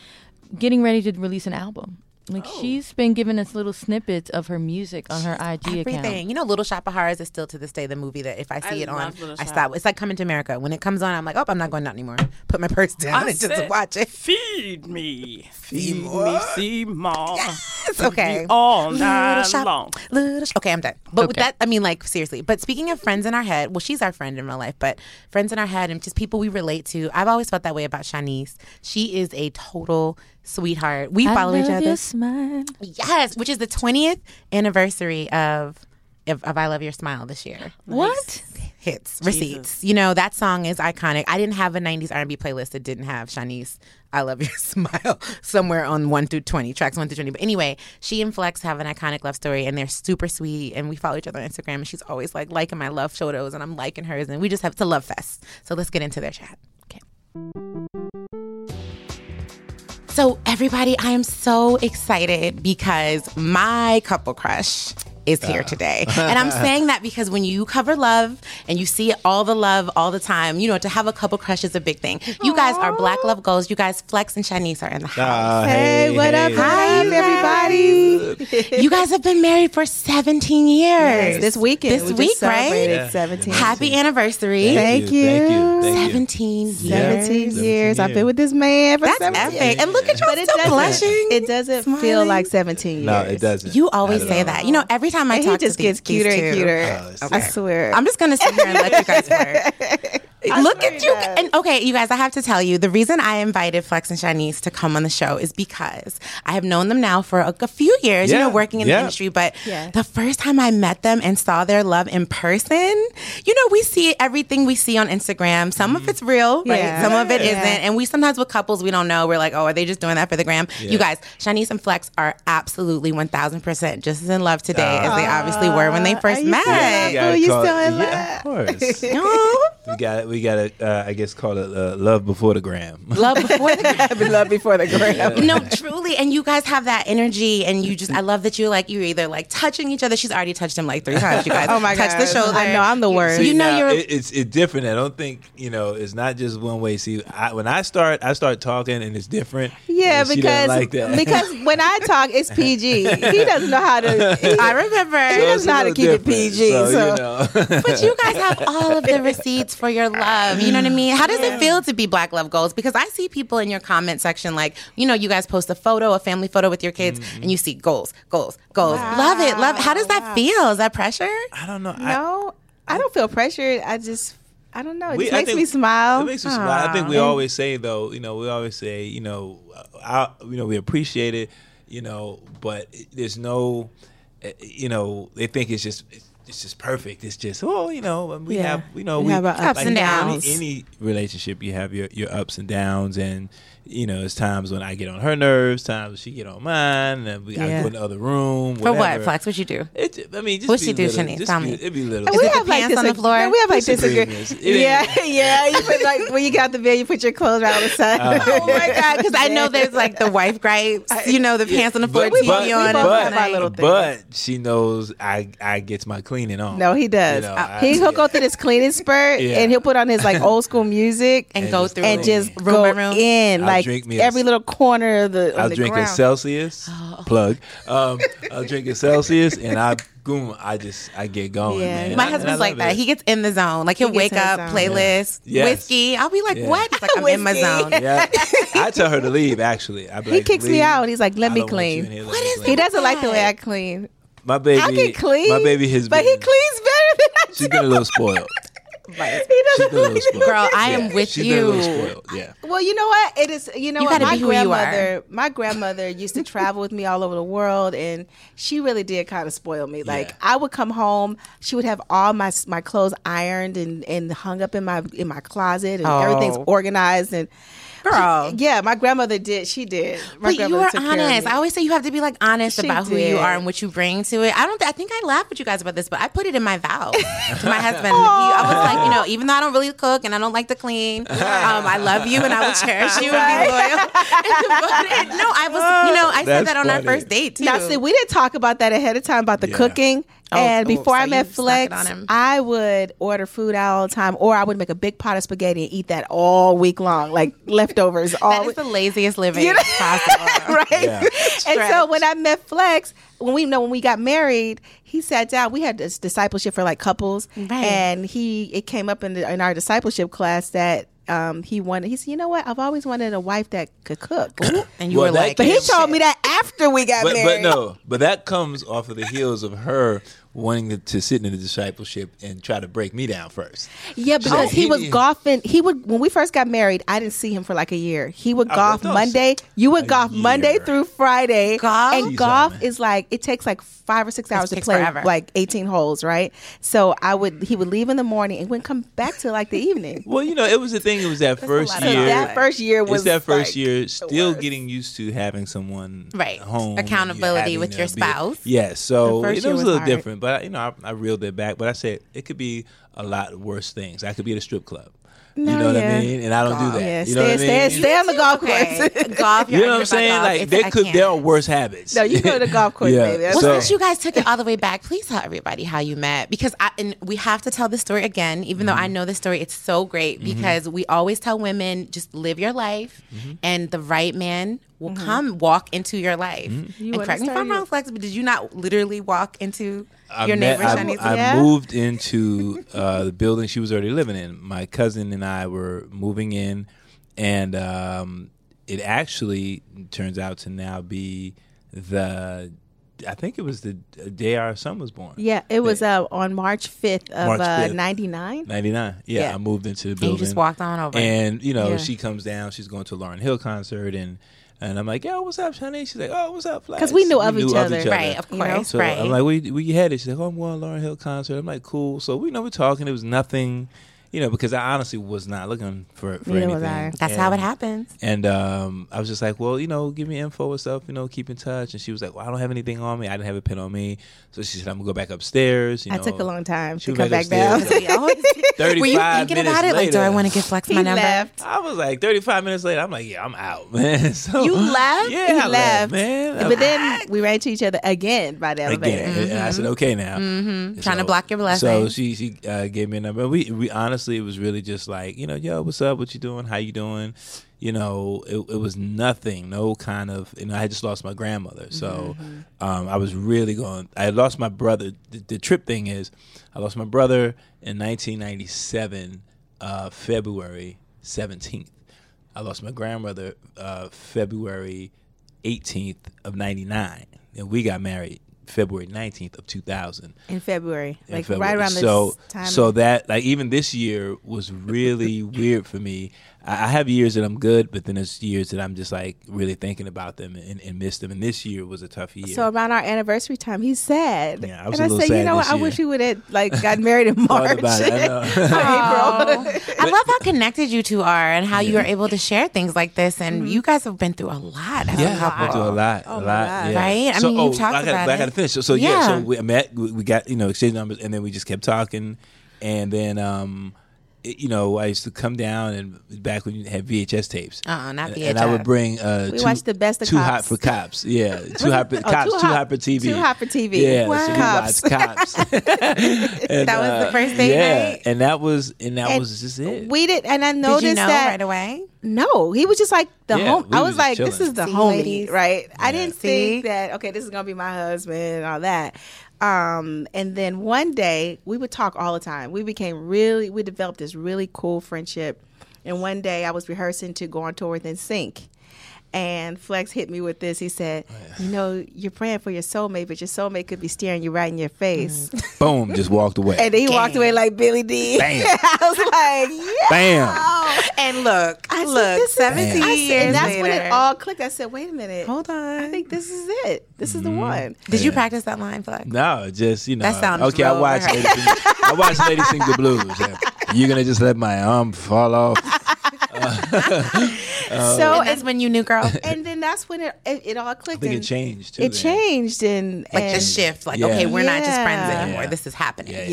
A: getting ready to release an album. Like she's been giving us little snippets of her music on her IG
C: was everything.
A: account.
C: You know, Little Shop of Horrors is still to this day the movie that if I see it on,
D: love Little
C: I
D: Shop.
C: stop. It's like Coming to America. When it comes on, I'm like, oh, I'm not going out anymore. Put my purse down and just
D: said-
C: watch it.
D: Feed me, feed me, see more.
C: It's okay.
D: all night
C: Little shop,
D: long.
C: little sh- okay, I'm done. But with that, I mean, like seriously. But speaking of friends in our head, well, she's our friend in real life, but friends in our head and just people we relate to. I've always felt that way about Shanice. She is a total sweetheart. We
A: I
C: follow each
A: love
C: other.
A: your smile.
C: Yes, which is the 20th anniversary of of, of I Love Your Smile this year.
A: What?
C: Hits, receipts. You know that song is iconic. I didn't have a '90s R&B playlist that didn't have Shanice "I Love Your Smile" somewhere on one through twenty tracks, one through twenty. But anyway, she and Flex have an iconic love story, and they're super sweet. And we follow each other on Instagram, and she's always like liking my love photos, and I'm liking hers, and we just have to love fest. So let's get into their chat. Okay. So, everybody, I am so excited because my couple crush is here
G: Ah.
C: today. and I'm saying that because when you cover love and you see all the love all the time, you know, to have a couple crushes is a big thing. You guys are Black Love Goals. You guys, Flex and Shanice are in the house.
G: Uh, hey, what up?
C: Hi, everybody. you guys have been married for 17 years.
H: This weekend.
C: This
H: we just
C: week, right?
H: celebrated
G: Yeah.
H: 17.
C: Happy anniversary.
H: Thank
G: Thank
H: you.
G: you. Thank you.
C: 17 years.
H: 17 years. I've been with this man for
C: That's
H: 17
C: epic. And look at you,
H: But
C: still
H: it doesn't,
C: blushing.
H: it doesn't feel
C: smiling.
H: like 17 years.
G: No, it doesn't.
C: You always
G: Not at
C: say
G: all.
C: that. You know, every time I
H: And
C: talk
H: he just
C: to these-
H: gets cuter
C: these
H: and
C: two-
H: cuter.
G: Oh, it's
H: I
G: okay.
H: swear.
C: I'm just gonna sit here and let you guys work. Look at you.
H: does.
C: And okay, you guys, I have to tell you, the reason I invited Flex and Shanice to come on the show is because I have known them now for a, a few years, you
G: Yeah,
C: know, working in the
G: yeah.
C: industry. But
H: Yeah.
C: the first time I met them and saw their love in person, you know, we see everything we see on Instagram. Some
G: Mm-hmm.
C: of it's real, right?
H: Yeah.
C: Some of it
H: Yeah.
C: not And we sometimes with couples we don't know, we're like, oh, are they just doing that for the gram? You guys, Shanice and Flex are absolutely 1000% just as in love today as they obviously were when they first
H: you
C: met.
H: kidding?
G: gotta
H: Boo, you
G: call-
H: still in
G: Yeah, of course.
C: Oh.
G: we got we got to uh, I guess call it uh, love before the gram.
C: love before the
H: Happy love before the gram.
C: no truly and you guys have that energy and you just i love that you like you're either like touching each other she's already touched him like three times you guys
H: Oh my
C: touch
H: god.
C: the shoulder
H: I know I'm the worst.
C: you know
G: now,
C: you're
G: it, it's it's different. I don't think you know. It's not just one way. See, I, when I start, I start talking, and it's different.
H: yeah,
G: And she doesn't
H: because
G: like that.
H: because when I talk, it's PG. He doesn't know how to. he-
C: I remember,
G: So
H: knows
G: it's a
H: how to
G: little
H: keep it
G: different.
H: PG,
G: So, you know.
C: but you guys have all of the receipts for your love. You know what I mean? How does it feel to be Black Love Goals? Because I see people in your comment section, like, you know, you guys post a photo, a family photo with your kids, and
G: Mm-hmm.
C: you see goals, goals, goals. Love it, love. It. How does that feel? Is that pressure?
G: I don't know. I,
H: no, I don't feel pressured. I just, I don't know. It
G: we-
H: just
G: I
H: makes
G: think-
H: me smile.
G: It makes me smile. I think we always say though, you know, we always say, you know, I, you know, we appreciate it, you know, but there's no, eh, you know, they think it's just. It's just perfect. It's just oh, you know, and we
H: Yeah.
G: have you know
H: We
G: we
H: have our ups
G: like
C: and
G: any-
C: downs.
G: Any, relationship, you have your your ups and downs, and you know, it's times when I get on her nerves, times she get on mine, and we, I
H: Yeah.
G: go in the other room.
C: For what,
G: whatever.
C: Flex? What you do?
G: It, I mean, just
C: What
G: be
C: she do,
G: little,
C: Shanice?
G: just
C: Tell
G: be-
C: me.
G: It'd be little.
H: we
C: it the
H: have like
C: pants on the
H: disag-
C: floor?
H: no, we have like
G: Disagreements.
H: disagreements.
G: It
H: Yeah, yeah. You put like when you get out the bed, you put your clothes right all of a sudden.
C: Oh my god! Because I know there's like the wife gripes, you know, the pants on the floor, TV
H: both- we
C: on.
H: both have our little
G: but she knows I I gets my cleaning on.
H: No, he does.
G: You know,
H: Uh,
G: I-
H: he, he'll go through this cleaning spurt,
G: Yeah.
H: and he'll put on his like old school music
C: and
G: And
C: go
G: just-
C: through
H: and just
C: room
H: go
C: by room.
H: in
G: I'll
H: like
G: drink me a-
H: every little corner of the. on
G: I'll
H: the
G: drink a
H: ground.
G: Celsius
C: Oh.
G: plug. Um, I'll drink a Celsius, and I boom. I just I get going. man.
H: Yeah.
C: My
G: And I
C: husband's
G: love
C: like that.
G: it.
C: He gets in the zone. Like he'll
H: gets
C: wake
H: in his
C: up,
H: zone.
C: playlist,
G: Yeah. Yes.
C: whiskey. I'll be like,
G: Yeah.
C: what? He's like, I'm in my zone.
G: yeah, I tell her to leave. Actually, I
H: He kicks me out. He's like, "Let me clean."
G: What
C: is
H: He doesn't like the way I clean.
G: My baby.
H: I can clean,
G: My baby has
H: but
G: been.
H: he cleans better than I do.
G: She's been a little spoiled.
H: He
G: She's been a
H: doesn't
G: little
H: like
G: spoiled.
C: Girl, I am with
G: She's been a little
C: you.
G: spoiled. Yeah.
H: Well, you know what? It is. You know
C: You
H: what?
C: gotta
H: My
C: be who you are.
H: grandmother, my grandmother used to travel with me all over the world, and she really did kind of spoil me. Like
G: Yeah.
H: I would come home, she would have all my my clothes ironed and and hung up in my in my closet, and everything's
C: Oh.
H: organized. And
C: Girl.
H: yeah, my grandmother did. She did. My
C: But you
H: grandmother
C: are
H: took care of
C: honest.
H: me.
C: I always say you have to be like honest
H: She
C: about who you
H: did.
C: are and what you bring to it. I don't. Th- I think I laughed with you guys about this, but I put it in my vow to my husband. He- I was like, you know, even though I don't really cook and I don't like to clean, um, I love you and I will cherish you and be loyal. and devoted. No, I was. You know, I said
G: That's
C: that on our
G: funny.
C: first date too.
H: Now, see, we didn't talk about that ahead of time about the
G: Yeah.
H: cooking.
C: Oh,
H: and
C: ooh,
H: before
C: so
H: I
C: you
H: met
C: snuck it
H: Flex,
C: on him.
H: I would order food out all the time, or I would make a big pot of spaghetti and eat that all week long, like leftovers all
C: that is
H: week.
C: the laziest living
H: You know-
C: possible.
H: right?
G: Yeah.
H: And so when I met Flex, when we know when we got married, he sat down. We had this discipleship for like couples,
C: Right.
H: and he it came up in the, in our discipleship class that um, he wanted. He said, "You know what? I've always wanted a wife that could cook."
C: And you
G: Well,
C: were
G: that
C: like,
H: But he
G: Damn
H: told me that after we got
G: but, but
H: married.
G: no, but that comes off of the heels of her wanting to, to sit in the discipleship and try to break me down first.
H: Yeah, because he
G: he
H: was
G: did-
H: golfing. He would when we first got married. I didn't see him for like a year. He would
G: Oh,
H: golf
G: that was
H: Monday. You would
G: a
H: golf Monday
G: year.
H: through Friday.
C: Golf?
H: and
G: Jeez,
H: golf
G: oh, man.
H: is like it takes like five or six hours to
C: takes
H: play
C: forever.
H: like eighteen holes, right? So I would he would leave in the morning and wouldn't come back till like the evening.
G: Well, you know, it was the thing. It was that first
C: lot of
G: year.
C: Yeah.
H: That first year was
G: it's that first
H: like,
G: year still getting used to having someone
C: Right.
G: home and you
C: Accountability
G: having
C: with
G: to
C: your
G: be-
C: spouse.
G: yeah, so
H: The
G: it
H: first
G: was,
H: year
G: a
H: was
G: little
H: hard.
G: different, but I, you know, I, I reeled it back. But I said it could be a lot worse things. I could be at a strip club. you know what
H: yeah.
G: I mean? And I don't do that.
H: Yeah,
G: you know what I
H: stay,
G: mean?
H: stay, stay on the golf course.
C: golf.
G: You know what I'm saying? Like they could, there are worse habits.
H: No, you go to the golf course,
G: yeah.
H: baby. That's
G: So,
H: Well,
C: Well, since you guys took it all the way back, please tell everybody how you met because I and we have to tell this story again. Even
G: Mm-hmm.
C: though I know this story, it's so great because we always tell women just live your life,
G: Mm-hmm.
C: and the right man will
H: Mm-hmm.
C: come walk into your life.
G: Mm-hmm.
C: and correct me if I'm wrong, Flex, but did you not literally walk into
G: I
C: your
G: met-
C: neighbor
G: I-
C: Shanice?
G: I,
H: Yeah.
G: moved into uh, the building she was already living in. My cousin and I were moving in, and um, it actually turns out to now be the. I think it was the day our son was born.
H: yeah, it was uh, on March 5th of
G: March
H: uh,
G: 5th.
H: 99.
G: 99. Yeah,
H: Yeah.
G: I moved into the
C: and
G: building.
C: you just walked on over.
G: And you know,
H: Yeah.
G: she comes down. She's going to a Lauren Hill concert, and and I'm like, "Yo, what's up, Shani?" She's like, "Oh, what's up?" Because
H: we knew of each other.
C: right, of
H: you know?
C: course,
G: So
C: right.
G: I'm like, "We we headed." She's like, "Oh, I'm going to Lauren Hill concert." I'm like, "Cool." So we know we're talking. It was nothing, you know, because I honestly was not looking for for
H: Neither
G: anything.
H: was I.
C: That's how it
G: And-
C: happens.
G: and um, I was just like, well, you know, give me info and stuff, you know, keep in touch. And she was like, well, I don't have anything on me. I didn't have a pen on me. So she said, I'm going to go back upstairs. You
H: I
G: know.
H: took a long time
G: She
H: to
G: was
H: come back down.
G: upstairs.
C: We always- Were you
G: 35
C: thinking about
G: minutes
C: it? Like, do I
G: later.
C: want to give Flex my
H: He
C: number?
H: left.
G: I was like 35 minutes later. I'm like, yeah, I'm out, man. So,
H: You left?
G: Yeah,
H: He
G: I
H: left.
G: left, man.
H: But then we ran into each other again by the elevator.
G: again, and I said, okay, now mm-hmm.
C: Trying to block your blessing.
G: So she she uh, gave me a number. We we honestly, it was really just like, you know, yo, what's up? What you doing? How you doing? You know, it, it was nothing. No kind of, you know, I had just lost my grandmother, so
C: Mm-hmm.
G: um, I was really going. I had lost my brother. The, the trip thing is, I lost my brother in 1997, uh, February 17th. I lost my grandmother uh, February 18th of 99 and we got married February 19th of 2000
H: In February.
G: in
H: like
G: February.
H: right around this
G: so,
H: time.
G: So that like even this year was really weird for me. I, I have years that I'm good, but then there's years that I'm just like really thinking about them and, and miss them. And this year was a tough year.
H: So around our anniversary time, he's sad.
G: Yeah, I was
H: and
G: a little
H: I said, you
G: sad
H: know what?
G: this
H: I
G: year.
H: wish we would have like got married in March. Oh,
G: Thought about it. I know.
C: I love how connected you two are and how you are able to share things like this. And you guys have been through a lot as a
G: Yeah,
C: couple.
G: I've been through a lot, a lot, yeah.
C: Right? I
G: so,
C: mean, you
G: oh,
C: talked
G: I gotta,
C: about
G: I gotta
C: it.
G: finish. So, so yeah.
C: Yeah.
G: so we met, we, we got you know exchange numbers, and then we just kept talking, and then um, it- you know, I used to come down and back when you had VHS tapes,
C: Uh-uh, not
G: and, and I would
C: VHS.
G: bring uh,
H: We
G: two,
H: watched the best of
G: Too hot
H: Cops.
G: for cops, yeah, too hot for
H: Oh, Too
G: cops, too
H: Hot-
G: hot for TV,
H: Too Hot for TV.
G: yeah,
H: Wow.
G: so we watched cops. and, uh,
C: That was the first date
G: yeah,
C: night?
G: and that was and that
H: And
G: was just it.
H: We did, and I noticed
C: Did you know
H: that.
C: right away?
H: No, he was just like the
G: Yeah,
H: home.
G: we
H: I
G: was
H: was
G: just
H: like, this
G: chilling.
H: is the
C: See,
H: homie,
C: ladies?
H: right? I didn't
C: See?
H: think that. Okay, this is gonna be my husband and all that. Um, and then one day we would talk all the time. We became really. We developed this really cool friendship. And one day I was rehearsing to go on tour with NSYNC. And Flex hit me with this. He said,
G: Oh,
H: "You know, you're praying for your soulmate, but your soulmate could be staring you right in your face."
C: Mm-hmm.
G: Boom, just walked away.
H: And then he walked away like Billy D.
G: Bam.
H: I was like, "Yeah."
G: Bam.
C: And look,
H: I said,
C: look,
H: this is-
C: 17
H: I said-
C: years
H: and that's
C: later.
H: when it all clicked. I said, wait a minute.
C: Hold
H: I
C: on.
H: think this is it. This is the
G: Mm-hmm.
H: one.
C: Did you practice that line, Flex?
G: No, just you know.
C: That sounds
G: okay. I
C: real
G: watched
C: rehearsed.
G: Lady sing, I watched Lady sing the blues. Yeah. You're gonna just let my arm fall off. Uh,
C: And
H: so Oh, and,
C: that's when you knew, girl.
H: and then that's when it it, it all clicked.
G: I think it
H: and
G: changed too.
H: It
G: then.
H: changed and
C: Like the
H: and-
C: shift, like
G: Yeah.
C: okay, we're not just friends
H: Mm. Yeah.
C: anymore.
G: Yeah.
C: This is happening.
G: Yeah.
H: Yeah.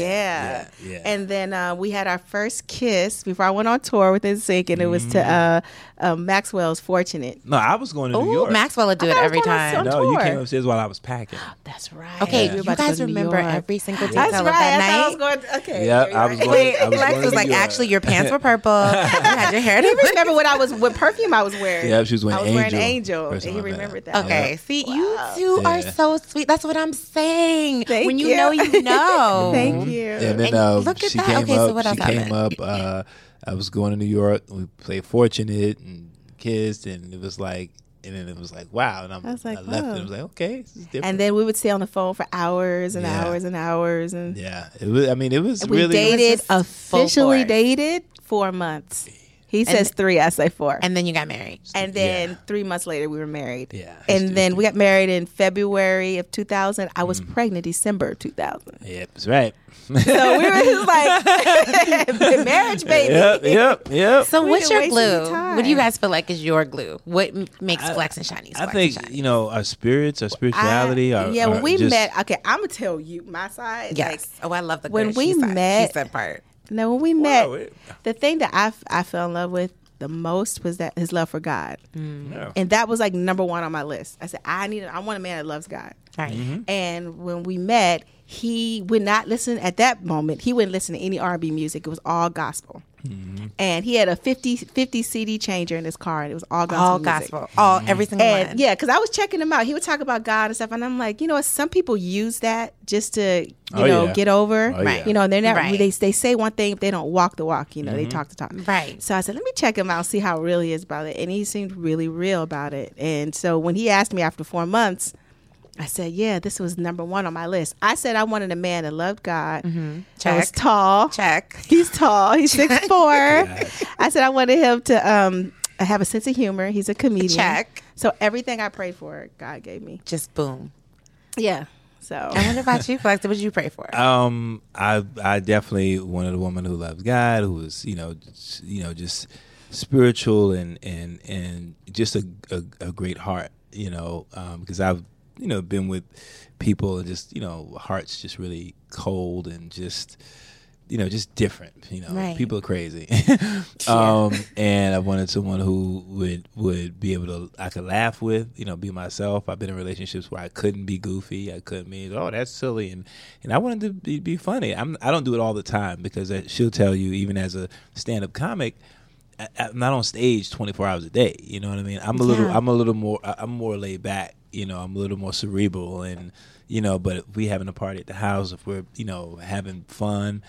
G: Yeah, yeah.
H: And then uh, we had our first kiss before I went on tour with NSYNC, and it was to uh,
G: Mm-hmm.
H: uh, Maxwell's "Fortunate."
G: No, I was going to New
C: Ooh,
G: York.
C: Maxwell would do
H: I
C: it
H: thought I
C: every
H: was going on
C: time.
H: some-
G: no, you
H: tour.
G: came upstairs while I was packing.
I: That's right.
C: Okay,
G: Yeah.
H: We were
C: you
H: about to
C: guys
H: go to New
C: remember
H: York.
C: every single detail
H: That's
C: of
H: right.
C: that
H: I
C: night.
H: thought I was going. Okay.
G: Yeah,
H: you're
G: I was
H: right.
G: going- I was
C: Lex
G: going
C: was
G: to
C: like,
G: New York.
C: actually, your pants were purple. you had your hair.
H: He remember what I was what perfume I was wearing.
G: Yeah, she was wearing
H: I was wearing
G: Angel.
H: Angel,
G: First
H: and he
G: time I met
H: remembered
G: her.
H: that.
C: Okay,
G: Yeah.
C: see, you two are
G: Yeah.
C: so sweet. That's what I'm saying.
H: Thank
C: when you,
H: you.
C: know, you know.
H: Thank you.
G: And then
C: And
G: uh,
C: look at
G: she
C: that.
G: came
C: Okay, so
G: up.
C: what
G: she
C: else
G: came up. Uh, I was going to New York. We played Fortunate and kissed, and it was like, and then it was like, wow. And I'm, I,
H: was like,
G: left.
H: wow.
G: And I was like, okay, this is different.
H: And then we would stay on the phone for hours and
G: Yeah.
H: hours and hours. And
G: yeah, it was. I mean, it was
H: we
G: really
H: dated, officially
C: force.
H: dated four months. He says three, I say four. And,
C: And then you got married.
H: then
G: Yeah.
H: three months later, we were married.
G: Yeah, it's-
H: And
G: it's
H: then we
G: deep.
H: got married in February of 2000. I was
G: Mm-hmm.
H: pregnant December of 2000.
G: Yep, that's right.
H: So we were just like, marriage, baby.
G: Yep, yep, yep.
C: So, what's
H: didn't
C: your
H: waste any
C: glue? What do you
H: time.
C: guys feel like is your glue? What m- makes Flex and Shiny?
G: I think you know our spirits, our
H: I-
G: spirituality. our,
H: yeah, when
G: our
H: we
G: just-
H: met, okay, I'm going to tell you my side.
C: yes.
H: Like,
C: oh, I love the
H: when
C: glue. She
H: we
C: said-
H: met-
C: she said part.
H: No, when we met,
G: it-
H: the thing that I, f- I fell in love with the most was that his love for God,
G: Yeah.
H: and that was like number one on my list. I said I need I want a man that loves God.
C: Right.
G: Mm-hmm.
H: And when we met, he would not listen at that moment. He wouldn't listen to any R&B music. It was all gospel. And he had a 50, 50 CD changer in his car, and it was all gospel.
C: All
H: music.
C: gospel.
G: Mm-hmm.
C: All every single one.
H: And yeah, because I was checking him out. He would talk about God and stuff, and I'm like, you know what? Some people use that just to you
G: Oh,
H: know
G: yeah.
H: get over.
G: Oh, yeah.
H: You know, and they're not
C: Right.
H: they they say one thing, but they don't walk the walk. You know,
G: Mm-hmm.
H: they talk the talk.
C: Right.
H: So I said, let me check him out, see how real he is about it, and he seemed really real about it. And so when he asked me after four months. I said, yeah, this was number one on my list. I said I wanted a man that loved God, that was
C: Mm-hmm. Check.
H: tall,
C: Check.
H: He's tall. He's six four. I said I wanted him to um, have a sense of humor. He's a comedian.
C: Check.
H: So everything I prayed for, God gave me.
C: Just boom.
H: Yeah. So
C: And what about you, Flex? What would you pray for?
G: Um, I I definitely wanted a woman who loves God, who is you know, s- you know, just spiritual and and and just a a, a great heart, you know, because I've you know been with people and just you know hearts just really cold and just you know just different, you know,
C: Right.
G: people are crazy. um, and I wanted someone who would would be able to I could laugh with, you know, be myself. I've been in relationships where I couldn't be goofy. I couldn't be oh that's silly, and and I wanted to be, be funny. I'm I don't do it all the time because I, she'll tell you even as a stand up comic. I- I'm not on stage 24 hours a day. You know what I mean? I'm a little, I'm a little more, I- I'm more laid back. You know, I'm a little more cerebral, and you know, but if we having a party at the house, if we're, you know, having fun,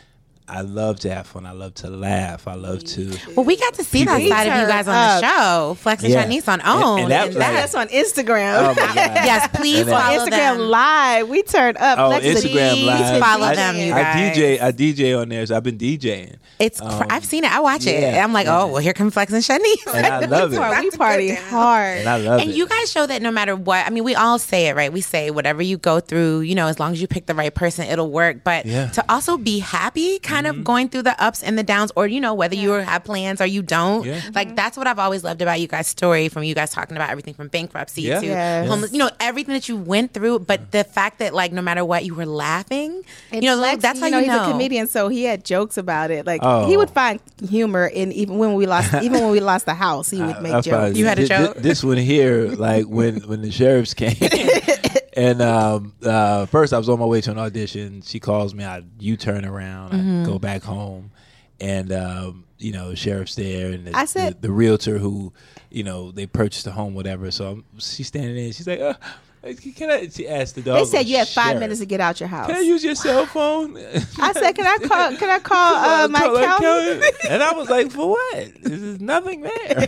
G: I love to have fun. I love to laugh. I love to.
C: Well, we got to see that
G: People-
C: side of you guys on the show, Flex and
G: Yeah.
C: Shanice on
G: And- and
C: OWN.
G: that was like-
H: that's on Instagram.
G: Oh my God.
C: yes, please
G: And that-
C: follow
H: Instagram
C: them.
H: Live. We turned up.
G: Oh,
H: Lex is a-
G: Instagram Live.
C: follow
G: I,
C: them, you
G: I
C: guys.
G: DJ, I DJ on there. So I've been DJing.
C: It's cr-
G: Um,
C: I've seen it. I watch it.
G: yeah,
C: And I'm like,
G: yeah.
C: oh, well, here come Flex and Shanice.
G: And I love it.
H: We party hard.
G: And I love
C: and
G: it.
C: you guys show that no matter what, I mean, we all say it, right? We say whatever you go through, you know, as long as you pick the right person, it'll work. But
G: Yeah. Mm-hmm.
C: to also be happy, kind of going through the ups and the downs, or, you know, whether you have plans or you don't,
G: Yeah.
H: Mm-hmm.
C: like that's what I've always loved about you guys' story from you guys talking about everything from bankruptcy
G: Yeah.
C: to
H: Yes.
C: homeless, you know, everything that you went through. But the fact that, like, no matter what, you were laughing, you know, like,
H: Lex,
C: that's how you
H: know
C: know.
H: he's a comedian, so he had jokes about it. Like
G: Oh.
H: he would find humor in even when we lost, even when we lost the house, he would make
G: I- I
H: jokes.
G: found
C: You had a
G: thi- thi-
C: joke?
G: this one here, like when when the sheriffs came, and um, uh, first I was on my way to an audition. She calls me. I U turn around.
H: Mm-hmm.
G: I go back home, and um, you know, sheriff's there, and the,
H: I said-
G: the, the realtor who, you know, they purchased a home, whatever. So I'm, she's standing there. She's like, uh, "Can I?" She asked the dog.
H: They said you had five
G: "Sheriff,
H: minutes to get out your house.
G: Can I use your cell phone?
H: I said, "Can I call? Can I call uh, my
G: Call her
H: county?"
G: county. And I was like, "For what? This is nothing there."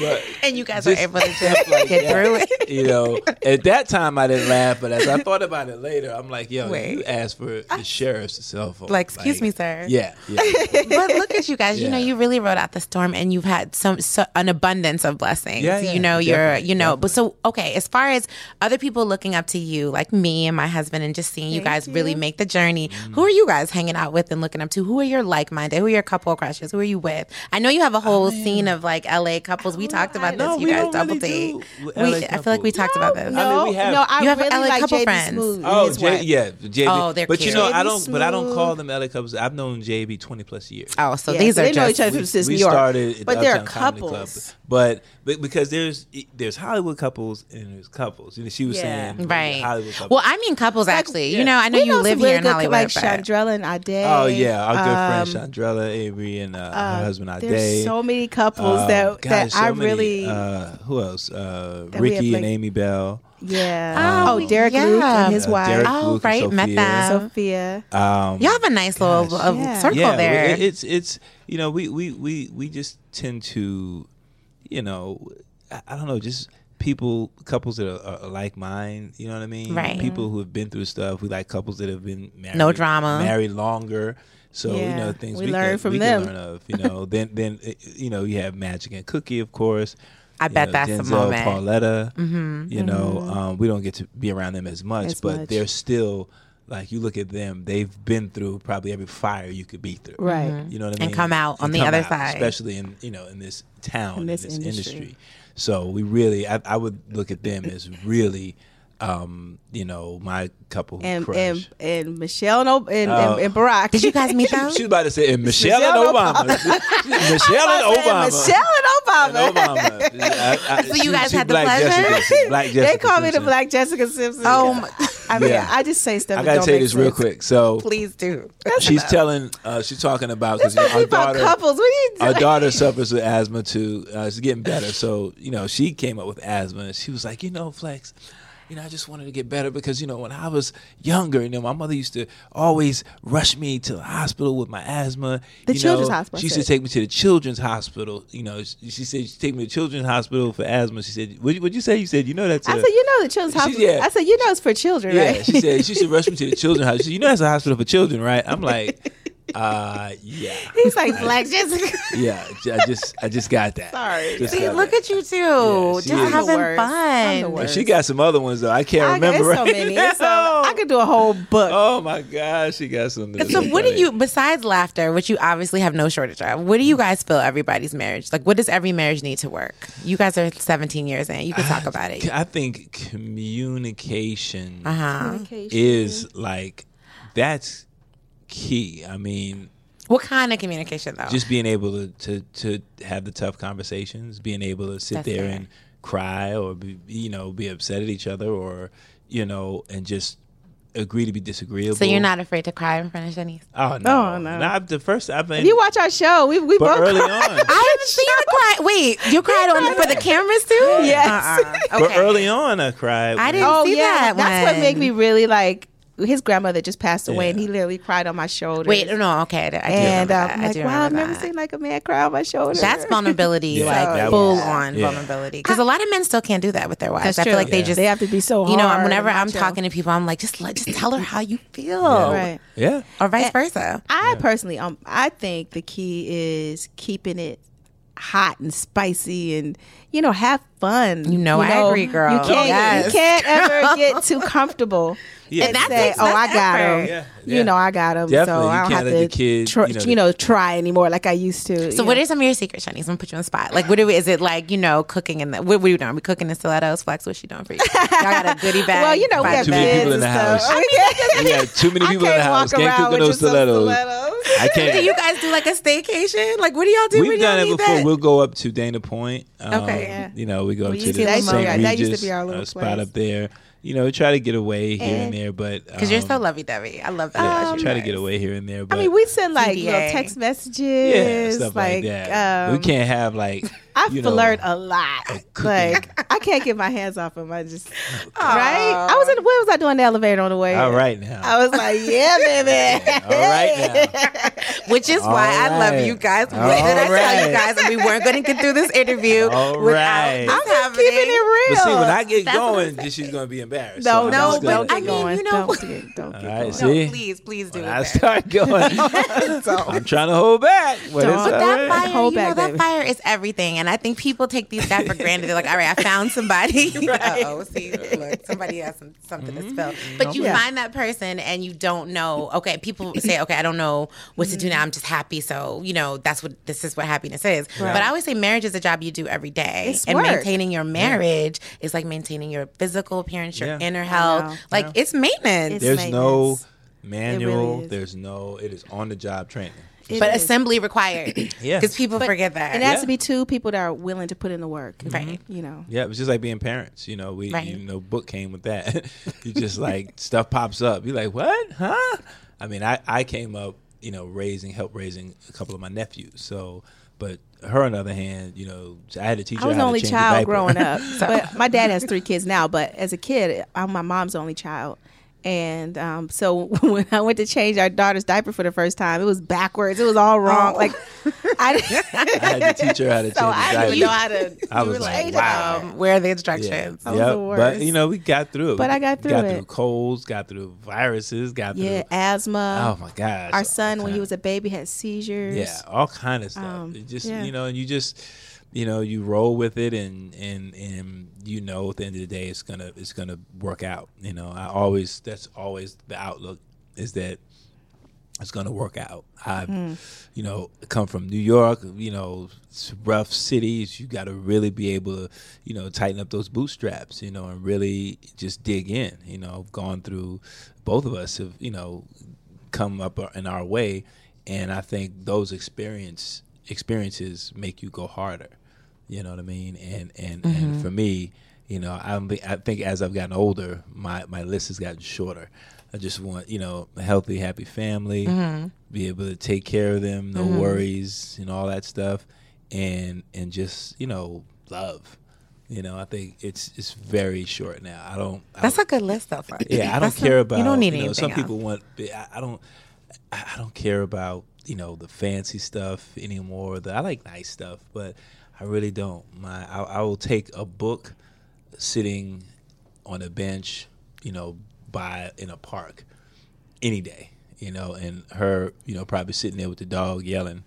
G: but
C: and you guys
G: Just
C: were able to
G: stuff
C: just
G: like
C: get
G: that.
C: through it.
G: you know, at that time I didn't laugh, but as I thought about it later, I'm like, yo,
C: Wait.
G: you asked for the sheriff's cell phone.
C: Like, excuse me, sir.
G: Yeah. yeah, yeah.
C: but look at you guys. You know,
G: Yeah.
C: you really rode out the storm, and you've had some so, an abundance of blessings.
G: Yeah, yeah,
C: you know, you're
G: definitely,
C: you know. But so okay, as far as other people looking up to you, like me and my husband, and just seeing you guys really make the journey.
G: Mm.
C: Who are you guys hanging out with and looking up to? Who are your like minded? Who are your couple crushes? Who are you with? I know you have a whole scene of like LA couples.
H: Oh,
C: We talked about this.
G: Oh, No,
C: you
G: we
C: guys
G: don't
C: double
G: really
C: date.
G: do
C: We,
G: LA
C: I feel like we
G: couples.
C: talked about this.
H: No,
G: mean, we have-
H: no, I
C: You have
H: really
C: LA
H: like
C: couple
H: JB
C: friends.
H: Smooth. and
G: Oh,
H: his
G: J-
H: wife.
G: yeah, JB.
C: Oh, they're
G: but you
C: cute.
G: know, I
H: JB
G: don't. But I don't
H: Smooth.
G: call them LA couples. I've known JB twenty plus years.
C: Oh, so
H: Yeah,
C: these
H: so
C: are
H: they know
C: just
H: each other
G: we,
H: since
G: we
H: New York.
G: started, at
H: but
G: the
H: there are
G: Uptown Comedy Club.
H: couples.
G: but, but because there's e, there's Hollywood couples and there's couples. And she was
H: Yeah.
G: saying
C: right.
G: Hollywood couples.
C: Well, I mean couples actually.
G: yeah.
C: You know, I know
H: We
C: you
H: know
C: live
H: some really
C: here in
H: good-
C: Hollywood.
H: like
C: but-
H: Chandrella and Ade.
G: oh yeah, our good
H: um,
G: friend Chandrella Avery and uh, her husband Ade.
H: There's so many couples
G: Um,
H: that
G: gosh,
H: that
G: so
H: I
G: many.
H: really
G: uh, who else? Uh,
H: that we have,
G: Ricky and
H: like-
G: Amy Bell,
H: yeah.
C: Oh,
H: oh, Derek
C: yeah. Uh-huh.
H: Luke and his
G: uh,
H: wife
G: Derek
C: Oh,
G: Luke
C: right,
G: and
C: met
G: Sophia.
C: them.
H: Sophia.
G: Um,
C: Y'all have a nice little
G: Gosh.
C: uh,
H: Yeah.
C: circle
G: yeah,
C: there.
G: it- it's it's you know we we we we just tend to, you know, I, I don't know, just people couples that are, are like mine. You know what I mean?
C: Right.
G: People who have been through stuff. We like couples that have been married,
C: No drama.
G: married longer. So you
H: Yeah.
G: know things
H: We
G: we,
H: learn
G: can,
H: from
G: we
H: them.
G: Can learn of you know then then uh, you know you have Magic and Cookie of course.
C: I
G: you
C: bet
G: know,
C: that's the
G: Denzel,
C: moment. Mm-hmm.
G: Pauletta. You know, um, we don't get to be around them as much,
H: As
G: but
H: much.
G: they're still like you look at them. They've been through probably every fire you could be through.
H: Right.
G: You know what I mean?
C: And come out on the
G: come
C: other side.
G: especially in you know in this town, in
H: this
G: this,
H: industry.
G: industry. So we really, I, I would look at them as really um, you know, my couple
H: and
G: crush. Oh.
H: and, and Michelle no, and, and, and Barack.
C: Did you guys meet them?
G: She's about to say, and Michelle and Obama. Michelle and Obama.
H: Michelle
G: And
H: and Obama.
G: Obama. I- I-
C: So you
G: she-
C: guys
G: she
C: had the
G: Black
C: pleasure?
G: Jessica, she's Black Jessica
H: they call me the
G: Simpson.
H: Black Jessica Simpson. Oh, I mean,
G: Yeah.
H: I just say stuff.
G: I
H: that
G: gotta
H: don't
G: tell you
H: make
G: this real
H: sense.
G: quick. So
C: Please do.
G: she's telling, uh, she's talking about because
H: It's
G: our
H: about
G: daughter,
H: couples. What are you doing?
G: our daughter suffers with asthma too. Uh, it's getting better. So, you know, she came up with asthma and she was like, you know, Flex, you know, I just wanted to get better because, you know, when I was younger, you know, my mother used to always rush me to the hospital with my asthma.
H: The
G: you
H: children's
G: know,
H: hospital, I
G: She used to
H: said.
G: take me to the children's hospital. You know, she, she said, she take me to the children's hospital for asthma. She said, what'd you, what'd you say? You said, you know, that's
H: I
G: a-
H: said, you know the children's
G: She's-
H: hospital.
G: yeah.
H: I said, you know it's for children,
G: yeah,
H: right?
G: she said she should rush me to the children's hospital. She said, you know that's a hospital for children, right? I'm like, uh, yeah,
H: He's like Black Jessica.
G: yeah. I just, I just got that.
H: Sorry.
G: Just
C: See,
G: got
C: look
G: that.
C: at you two. Just
G: she is-
C: having
H: I'm the worst. I'm the
C: fun.
H: worst.
G: She got some other ones though. I can't
H: I,
G: remember.
H: it's so
G: right
H: many.
G: now.
H: It's so, I could do a whole book.
G: oh my gosh, she got some. that's
C: So, what do
G: funny.
C: you, besides laughter, which you obviously have no shortage of, what do you guys feel everybody's marriage? Like, what does every marriage need to work? You guys are 17 years in. You can
G: Ah,
C: talk about it.
G: I think communication
C: Uh huh.
G: is like that's key. I mean,
C: What kind of communication, though?
G: just being able to, to to have the tough conversations, being able to sit
C: That's
G: there
C: fair.
G: and cry or be, you know be upset at each other or you know and just agree to be disagreeable.
C: so, you're not afraid to cry in front of Shanice?
G: Oh no,
H: Oh, no.
G: Not the first. I've been.
H: You watch our show. We we
G: but
H: both.
G: early on.
C: I haven't seen you cry. Wait, you cried on for the cameras, too?
H: Yes.
C: Uh-uh.
G: But
C: Okay.
G: early on, I cried.
C: I
G: when-
C: didn't
H: Oh
C: see
H: yeah,
C: that
H: that's
C: one.
H: what made me really like. His grandmother just passed away, and
G: Yeah.
H: he literally cried on my shoulder.
C: Wait, no, okay. I do
H: and
C: remember
H: um,
C: that.
H: I'm
C: I
H: like,
C: do
H: wow, I've
C: remember
H: never
C: that.
H: seen like a man cry on my shoulder.
C: That's vulnerability,
G: Yeah,
C: like
G: that
C: full
G: was-
C: on
G: yeah.
C: vulnerability. Because a lot of men still can't do that with their wives.
H: That's
C: I feel
H: true.
C: like they
G: Yeah.
C: just
H: they have to be so.
C: you know,
H: hard
C: whenever
H: and
C: I'm
H: macho.
C: talking to people, I'm like, just let, just tell her how you feel,
H: right.
G: Yeah.
C: or vice versa.
H: I personally, um, I think the key is keeping it hot and spicy, and you know, have fun.
C: You know, I agree, girl.
H: You canl
C: Yes,
H: you can't ever get too comfortable.
G: Yeah.
C: And that's
H: Say,
C: takes-
H: oh, I got
C: effort.
H: him.
G: Yeah, yeah.
H: You know, I got him.
G: Definitely.
H: So
G: You
H: I don't
G: can't let
H: have to
G: the kid,
H: tr-
G: you
H: you,
G: know,
H: know, try anymore like I used to.
C: So, what are some of your secret, Shanice? I'm gonna put you on the spot. Like, what do we, is it like? You know, cooking in the what, what are you doing? we cooking in stilettos? Flex, what's she doing for you? Y'all got a goodie bag.
H: Well, you know, we
C: Bye,
H: have
G: Too
C: bye.
G: many
H: kids
G: people in
H: and
G: the
H: stuff.
G: house.
H: I
G: We got too many people in the
H: can't
G: house.
H: walk
G: Can't
H: around
G: cook in
H: with
G: those
H: just some
G: stilettos. I can't.
C: Do you guys do like a staycation? Like, what do y'all do? when
G: We've
C: y'all
G: done it
C: need
G: before.
C: That?
G: We'll go up to Dana Point. Um,
C: Okay.
H: Yeah.
G: You know, we go
H: We
G: to
H: used
G: the
H: to- that used to
G: St.
H: be our- that used to
G: Regis,
H: be our
G: uh,
H: little
G: spot
H: place.
G: up there. You know, we try to get away here and,
H: And-
G: there, but um, because
C: Because you're so lovey dovey. I love that.
G: Yeah,
C: about
G: we
C: you
G: try to
C: guys.
G: get away here and there, but
H: Um, I mean, we send like
C: TBA.
H: little text
G: yeah,
H: messages,
G: stuff like,
H: like,
G: that.
H: um,
G: we can't have like
H: I
G: you know,
H: flirt a lot. Like I can't get my hands off him. I just right. I was in. What was I doing in the elevator on the way?
G: All right
H: I
G: now.
H: was like, yeah, baby.
G: All right now.
C: Which is why I love
G: right.
C: you guys. What
G: All
C: did I tell
G: right.
C: you guys? that We weren't going to get through this interview
G: All
C: without
G: right.
C: this
G: I'm
C: happening.
H: Keeping it
G: But
H: real.
G: see, when I get
C: That's what
G: going, she's gonna be embarrassed. So
H: no, no,
G: I'm just
H: but
G: gonna-
H: I mean, going. you know, don't get, don't
G: All
H: get
G: right,
H: going.
G: see.
C: No, please, please do
G: When
C: it.
G: I
C: babe.
G: start going. I'm trying to hold back. But it's
H: Don't.
G: all
H: But
C: That
G: right.
C: fire,
H: Hold
C: you know,
H: back,
C: that
H: baby.
C: fire is everything, and I think people take these guys for granted. They're like, "All right, I found somebody." Oh, see, look, somebody has some, something to spill. But you
H: Mm-hmm. Yeah.
C: find that person, and you don't know. Okay, people say, "Okay, I don't know what to do now. I'm just happy." So you know, that's what this is what happiness is. But I always say, marriage is a job you do every day,
H: It's
C: and
H: work.
C: maintaining your marriage is like maintaining your physical appearance, your
G: Yeah.
C: inner
H: know.
C: health. Like it's maintenance.
H: It's-
G: There's no
H: maintenance.
G: manual.
H: is.
G: There's no. It is on the job training.
C: but assembly required.
G: Yeah.
C: because people forget that.
H: It has
G: Yeah.
H: to be two people that are willing to put in the work.
C: Right.
H: You know.
G: Yeah, it was just like being parents. You know, we
C: Right.
G: you know book came with that. you just like stuff pops up. You're like, what? Huh? I mean, I I came up, you know, raising help raising a couple of my nephews. So, but her on the other hand, you know, I had to teach
H: I
G: her
H: was
G: how
H: an only
G: to change a
H: child
G: diaper.
H: growing up, but my dad has three kids now. But as a kid, I'm my mom's only child, and um, so when I went to change our daughter's diaper for the first time, it was backwards. It was all wrong. Like I
G: Oh. I
H: didn't.
G: had to teach her how to change
H: So
G: a
H: I didn't
G: diaper.
H: even know how to.
G: I was like, wow.
C: um, where are the
G: Yeah,
C: instructions?
H: I was
G: Yep.
H: the
G: but
H: worst.
G: you know we got through it.
H: But
G: We
H: I got through
G: Got
H: it.
G: through colds, got through viruses, got
H: Yeah,
G: through.
H: asthma.
G: Oh my gosh!
H: Our son, when he
G: Okay.
H: was a baby, had seizures.
G: Yeah, all kind of stuff.
H: Um,
G: it just
H: yeah.
G: you know, and you just you know, you roll with it, and and and you know, at the end of the day, it's gonna it's gonna work out. You know, I always that's always the outlook is that it's going to work out. I've,
H: Hmm.
G: you know, come from New York, you know, it's rough cities. You got to really be able to, you know, tighten up those bootstraps, you know, and really just dig in. You know, I've gone through, both of us have, you know, come up in our way. And I think those experience experiences make you go harder. You know what I mean? And and and for me, you know, I'm the- I think as I've gotten older, my my list has gotten shorter. I just want you know a healthy, happy family, be able to take care of them, no worries, and all that stuff, and and just you know love. You know, I think it's it's very short now. I don't. I
C: That's
G: don't-
C: a good list, though. Frank.
G: yeah, I don't
C: That's not-
G: care about.
C: You don't need
G: know,
C: anything.
G: Some
C: else.
G: people want. I I don't. I I don't care about you know the fancy stuff anymore. The, I like nice stuff, but I really don't. My I, I will take a book sitting on a bench, you know, by in a park any day, you know, and her, you know, probably sitting there with the dog yelling.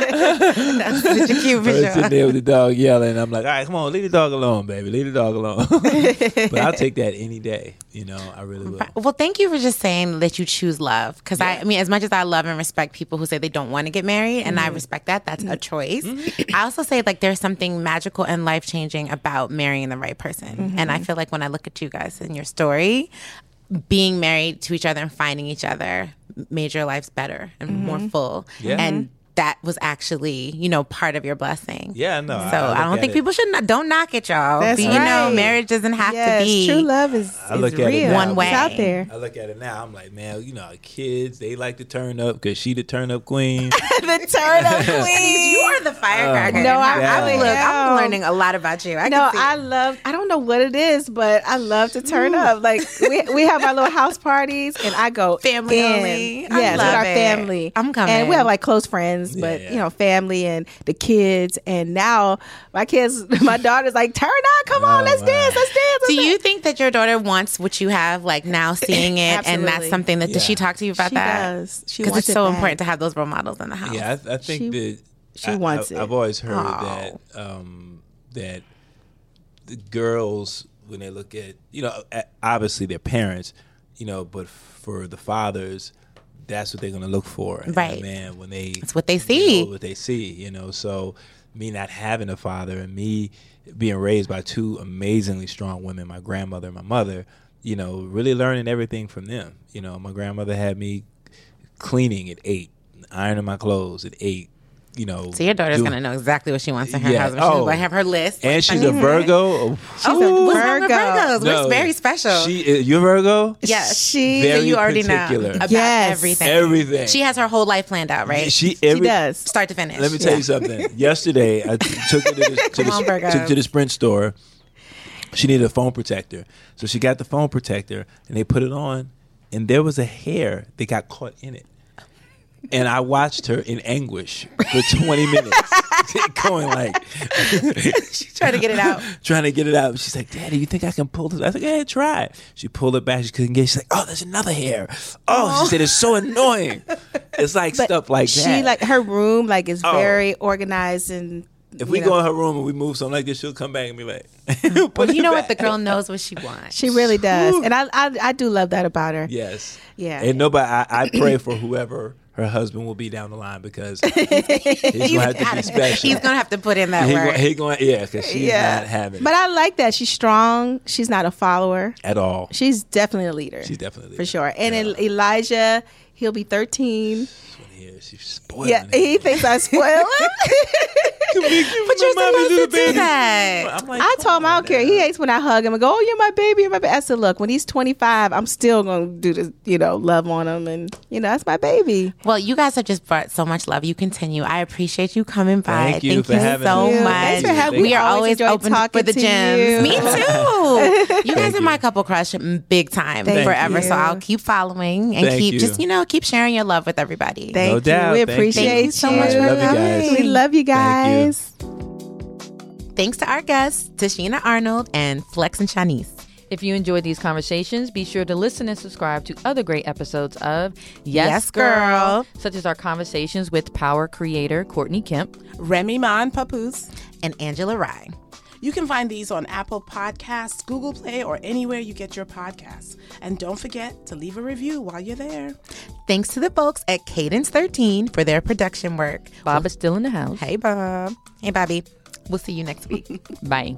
C: Such a cute
G: Her
C: visual.
G: sitting there with the dog yelling. I'm like, all right, come on, leave the dog alone, baby, leave the dog alone. but I'll take that any day, you know. I really will.
C: Well, thank you for just saying that you choose love. Because I, I mean, as much as I love and respect people who say they don't want to get married, and I
G: Mm-hmm.
C: respect that, that's a choice. I also say like there's something magical and life changing about marrying the right person. And I
G: Mm-hmm.
C: feel like when I look at you guys and your story, being married to each other and finding each other made your lives better and more full.
G: Mm-hmm. Yeah.
C: And that was actually, you know, part of your blessing.
G: Yeah,
C: So
G: no. I- I
C: I,
G: look
C: don't
G: at
C: think
G: it-
C: people should not, don't knock it, y'all.
H: That's
C: you know,
H: right.
C: marriage doesn't have
H: yes,
C: to be
H: true love is,
G: I
H: is
G: look at it
H: real.
G: now. One
C: way.
H: It's out there.
G: I look at it now. I'm like, man, you know, our kids they like to turn up because she the turn up queen.
C: the turn up queen. you are the firecracker.
H: No, I
G: Yeah.
H: really
C: look. I'm
H: am.
C: learning a lot about you. I
H: no,
C: can see.
H: I love. I don't know what it is, but I love to turn up. Like we we have our little house parties, and I go
C: Family
H: in.
C: only. I
H: Yes,
C: love
H: with our
C: it.
H: family.
C: I'm coming.
H: And we have like close friends, but
G: Yeah.
H: you know, family and the kids. And now my kids, my daughter's like, turn up, come
G: Oh,
H: on, let's
G: wow.
H: dance, let's dance.
C: do
H: let's
C: you think that your daughter wants what you have, like now seeing it, and that's
H: Absolutely.
C: something that does she
G: Yeah.
C: talk to you about
H: She
C: that?
H: does. She
C: Because
H: wants
C: it's
H: it
C: so
H: back.
C: important to have those role models in the house.
G: yeah, I, I think
H: She-
G: that
H: she
G: I,
H: wants
G: I,
H: it.
G: I've always heard
C: Aw.
G: that um, that the girls when they look at you know at, obviously their parents, you know, but for the fathers, that's what they're gonna look for. And,
C: Right.
G: man, when they that's
C: what they see.
G: what they see, you know. So me not having a father and me being raised by two amazingly strong women, my grandmother and my mother, you know, really learning everything from them. You know, my grandmother had me cleaning at eight, ironing my clothes at eight, you know.
C: So your daughter's
G: doing-
C: gonna know exactly what she wants in her
G: Yeah.
C: husband. She's
G: Oh.
C: gonna have her list.
G: And she's a Virgo. She's
C: oh, what's wrong with
H: Virgo.
C: Virgos? We're very special.
G: She, uh, you're Virgo?
C: yes,
H: She-
C: So
G: Very
C: you already
G: particular.
C: know about
H: Yes.
C: everything.
G: Everything.
C: She has her whole life planned out, right?
G: She, every,
H: She does.
C: Start to finish.
G: Let me tell you something. Yesterday, I t- took her to the, to, the,
C: on, Virgo.
G: took her to the Sprint store. She needed a phone protector, so she got the phone protector, and they put it on, and there was a hair that got caught in it. And I watched her in anguish for 20 minutes, going like,
C: She's trying to get it out.
G: trying to get it out. She's like, Daddy, you think I can pull this? I said, Yeah, try. She pulled it back. She couldn't get it. She's like, Oh, there's another hair. Oh, she said, It's so annoying. It's like stuff like
H: she
G: that.
H: like her room like is
G: Oh.
H: very organized and
G: If
H: you
G: we
H: know,
G: go in her room and we move something like this, she'll come back and be like,
C: Well,
G: "Put
C: you
G: it
C: know what? The
G: back."
C: girl knows what she wants.
H: she really does, and I, I I do love that about her.
G: Yes.
H: Yeah.
G: And nobody, I, I pray for whoever her husband will be down the line because he's going to have to be special.
C: He's gonna have to put in that
G: He
C: work.
G: gon- he going, yeah, because she's
H: Yeah.
G: not having
H: But
G: it
H: I like that she's strong. She's not a follower.
G: at all.
H: She's definitely a leader.
G: She's definitely
H: for sure. And El- Elijah, he'll be thirteen.
G: Yeah, she's spoiling.
H: yeah,
G: it.
H: he thinks I spoil him.
G: but
C: you're supposed to do that.
G: I'm like,
H: I
G: come
H: told him I
G: on
H: don't care.
G: now.
H: He hates when I hug him and go, "Oh, you're my baby, you're my baby." I said, "Look, when he's 25, I'm still gonna do this, you know, love on him, and you know, that's my baby."
C: Well, you guys have just brought so much love. You continue. I appreciate you coming by.
G: Thank you for having
C: so
G: us.
C: much.
G: Thanks for having
C: we
G: us.
C: are always
H: Always enjoy
C: open for
H: talking
C: the
H: to
C: gems.
H: you.
C: Me too. You guys are
G: you.
C: my couple crush, mm, big time,
H: Thank
C: forever.
H: you.
C: So I'll keep following and
G: Thank
C: keep
G: you.
C: just you know keep sharing your love with everybody.
H: Thank
G: No
H: you.
G: doubt.
H: We
G: Thank you.
H: appreciate
G: Thank
C: you so much
G: I love for you guys. coming.
H: We love you
G: Thank you.
H: guys.
C: Thanks to our guests, Tashina Arnold and Flex and Shanice.
A: If you enjoyed these conversations, be sure to listen and subscribe to other great episodes of Yes,
C: Yes, Girl.
A: such as our conversations with power creator Courtney Kemp.
D: Remy Ma and Papoose.
C: and Angela Rye.
D: You can find these on Apple Podcasts, Google Play, or anywhere you get your podcasts. And don't forget to leave a review while you're there.
C: Thanks to the folks at Cadence 13 for their production work.
A: Bob is still in the house.
C: Hey, Bob. Hey, Bobby. We'll see you next week.
A: Bye.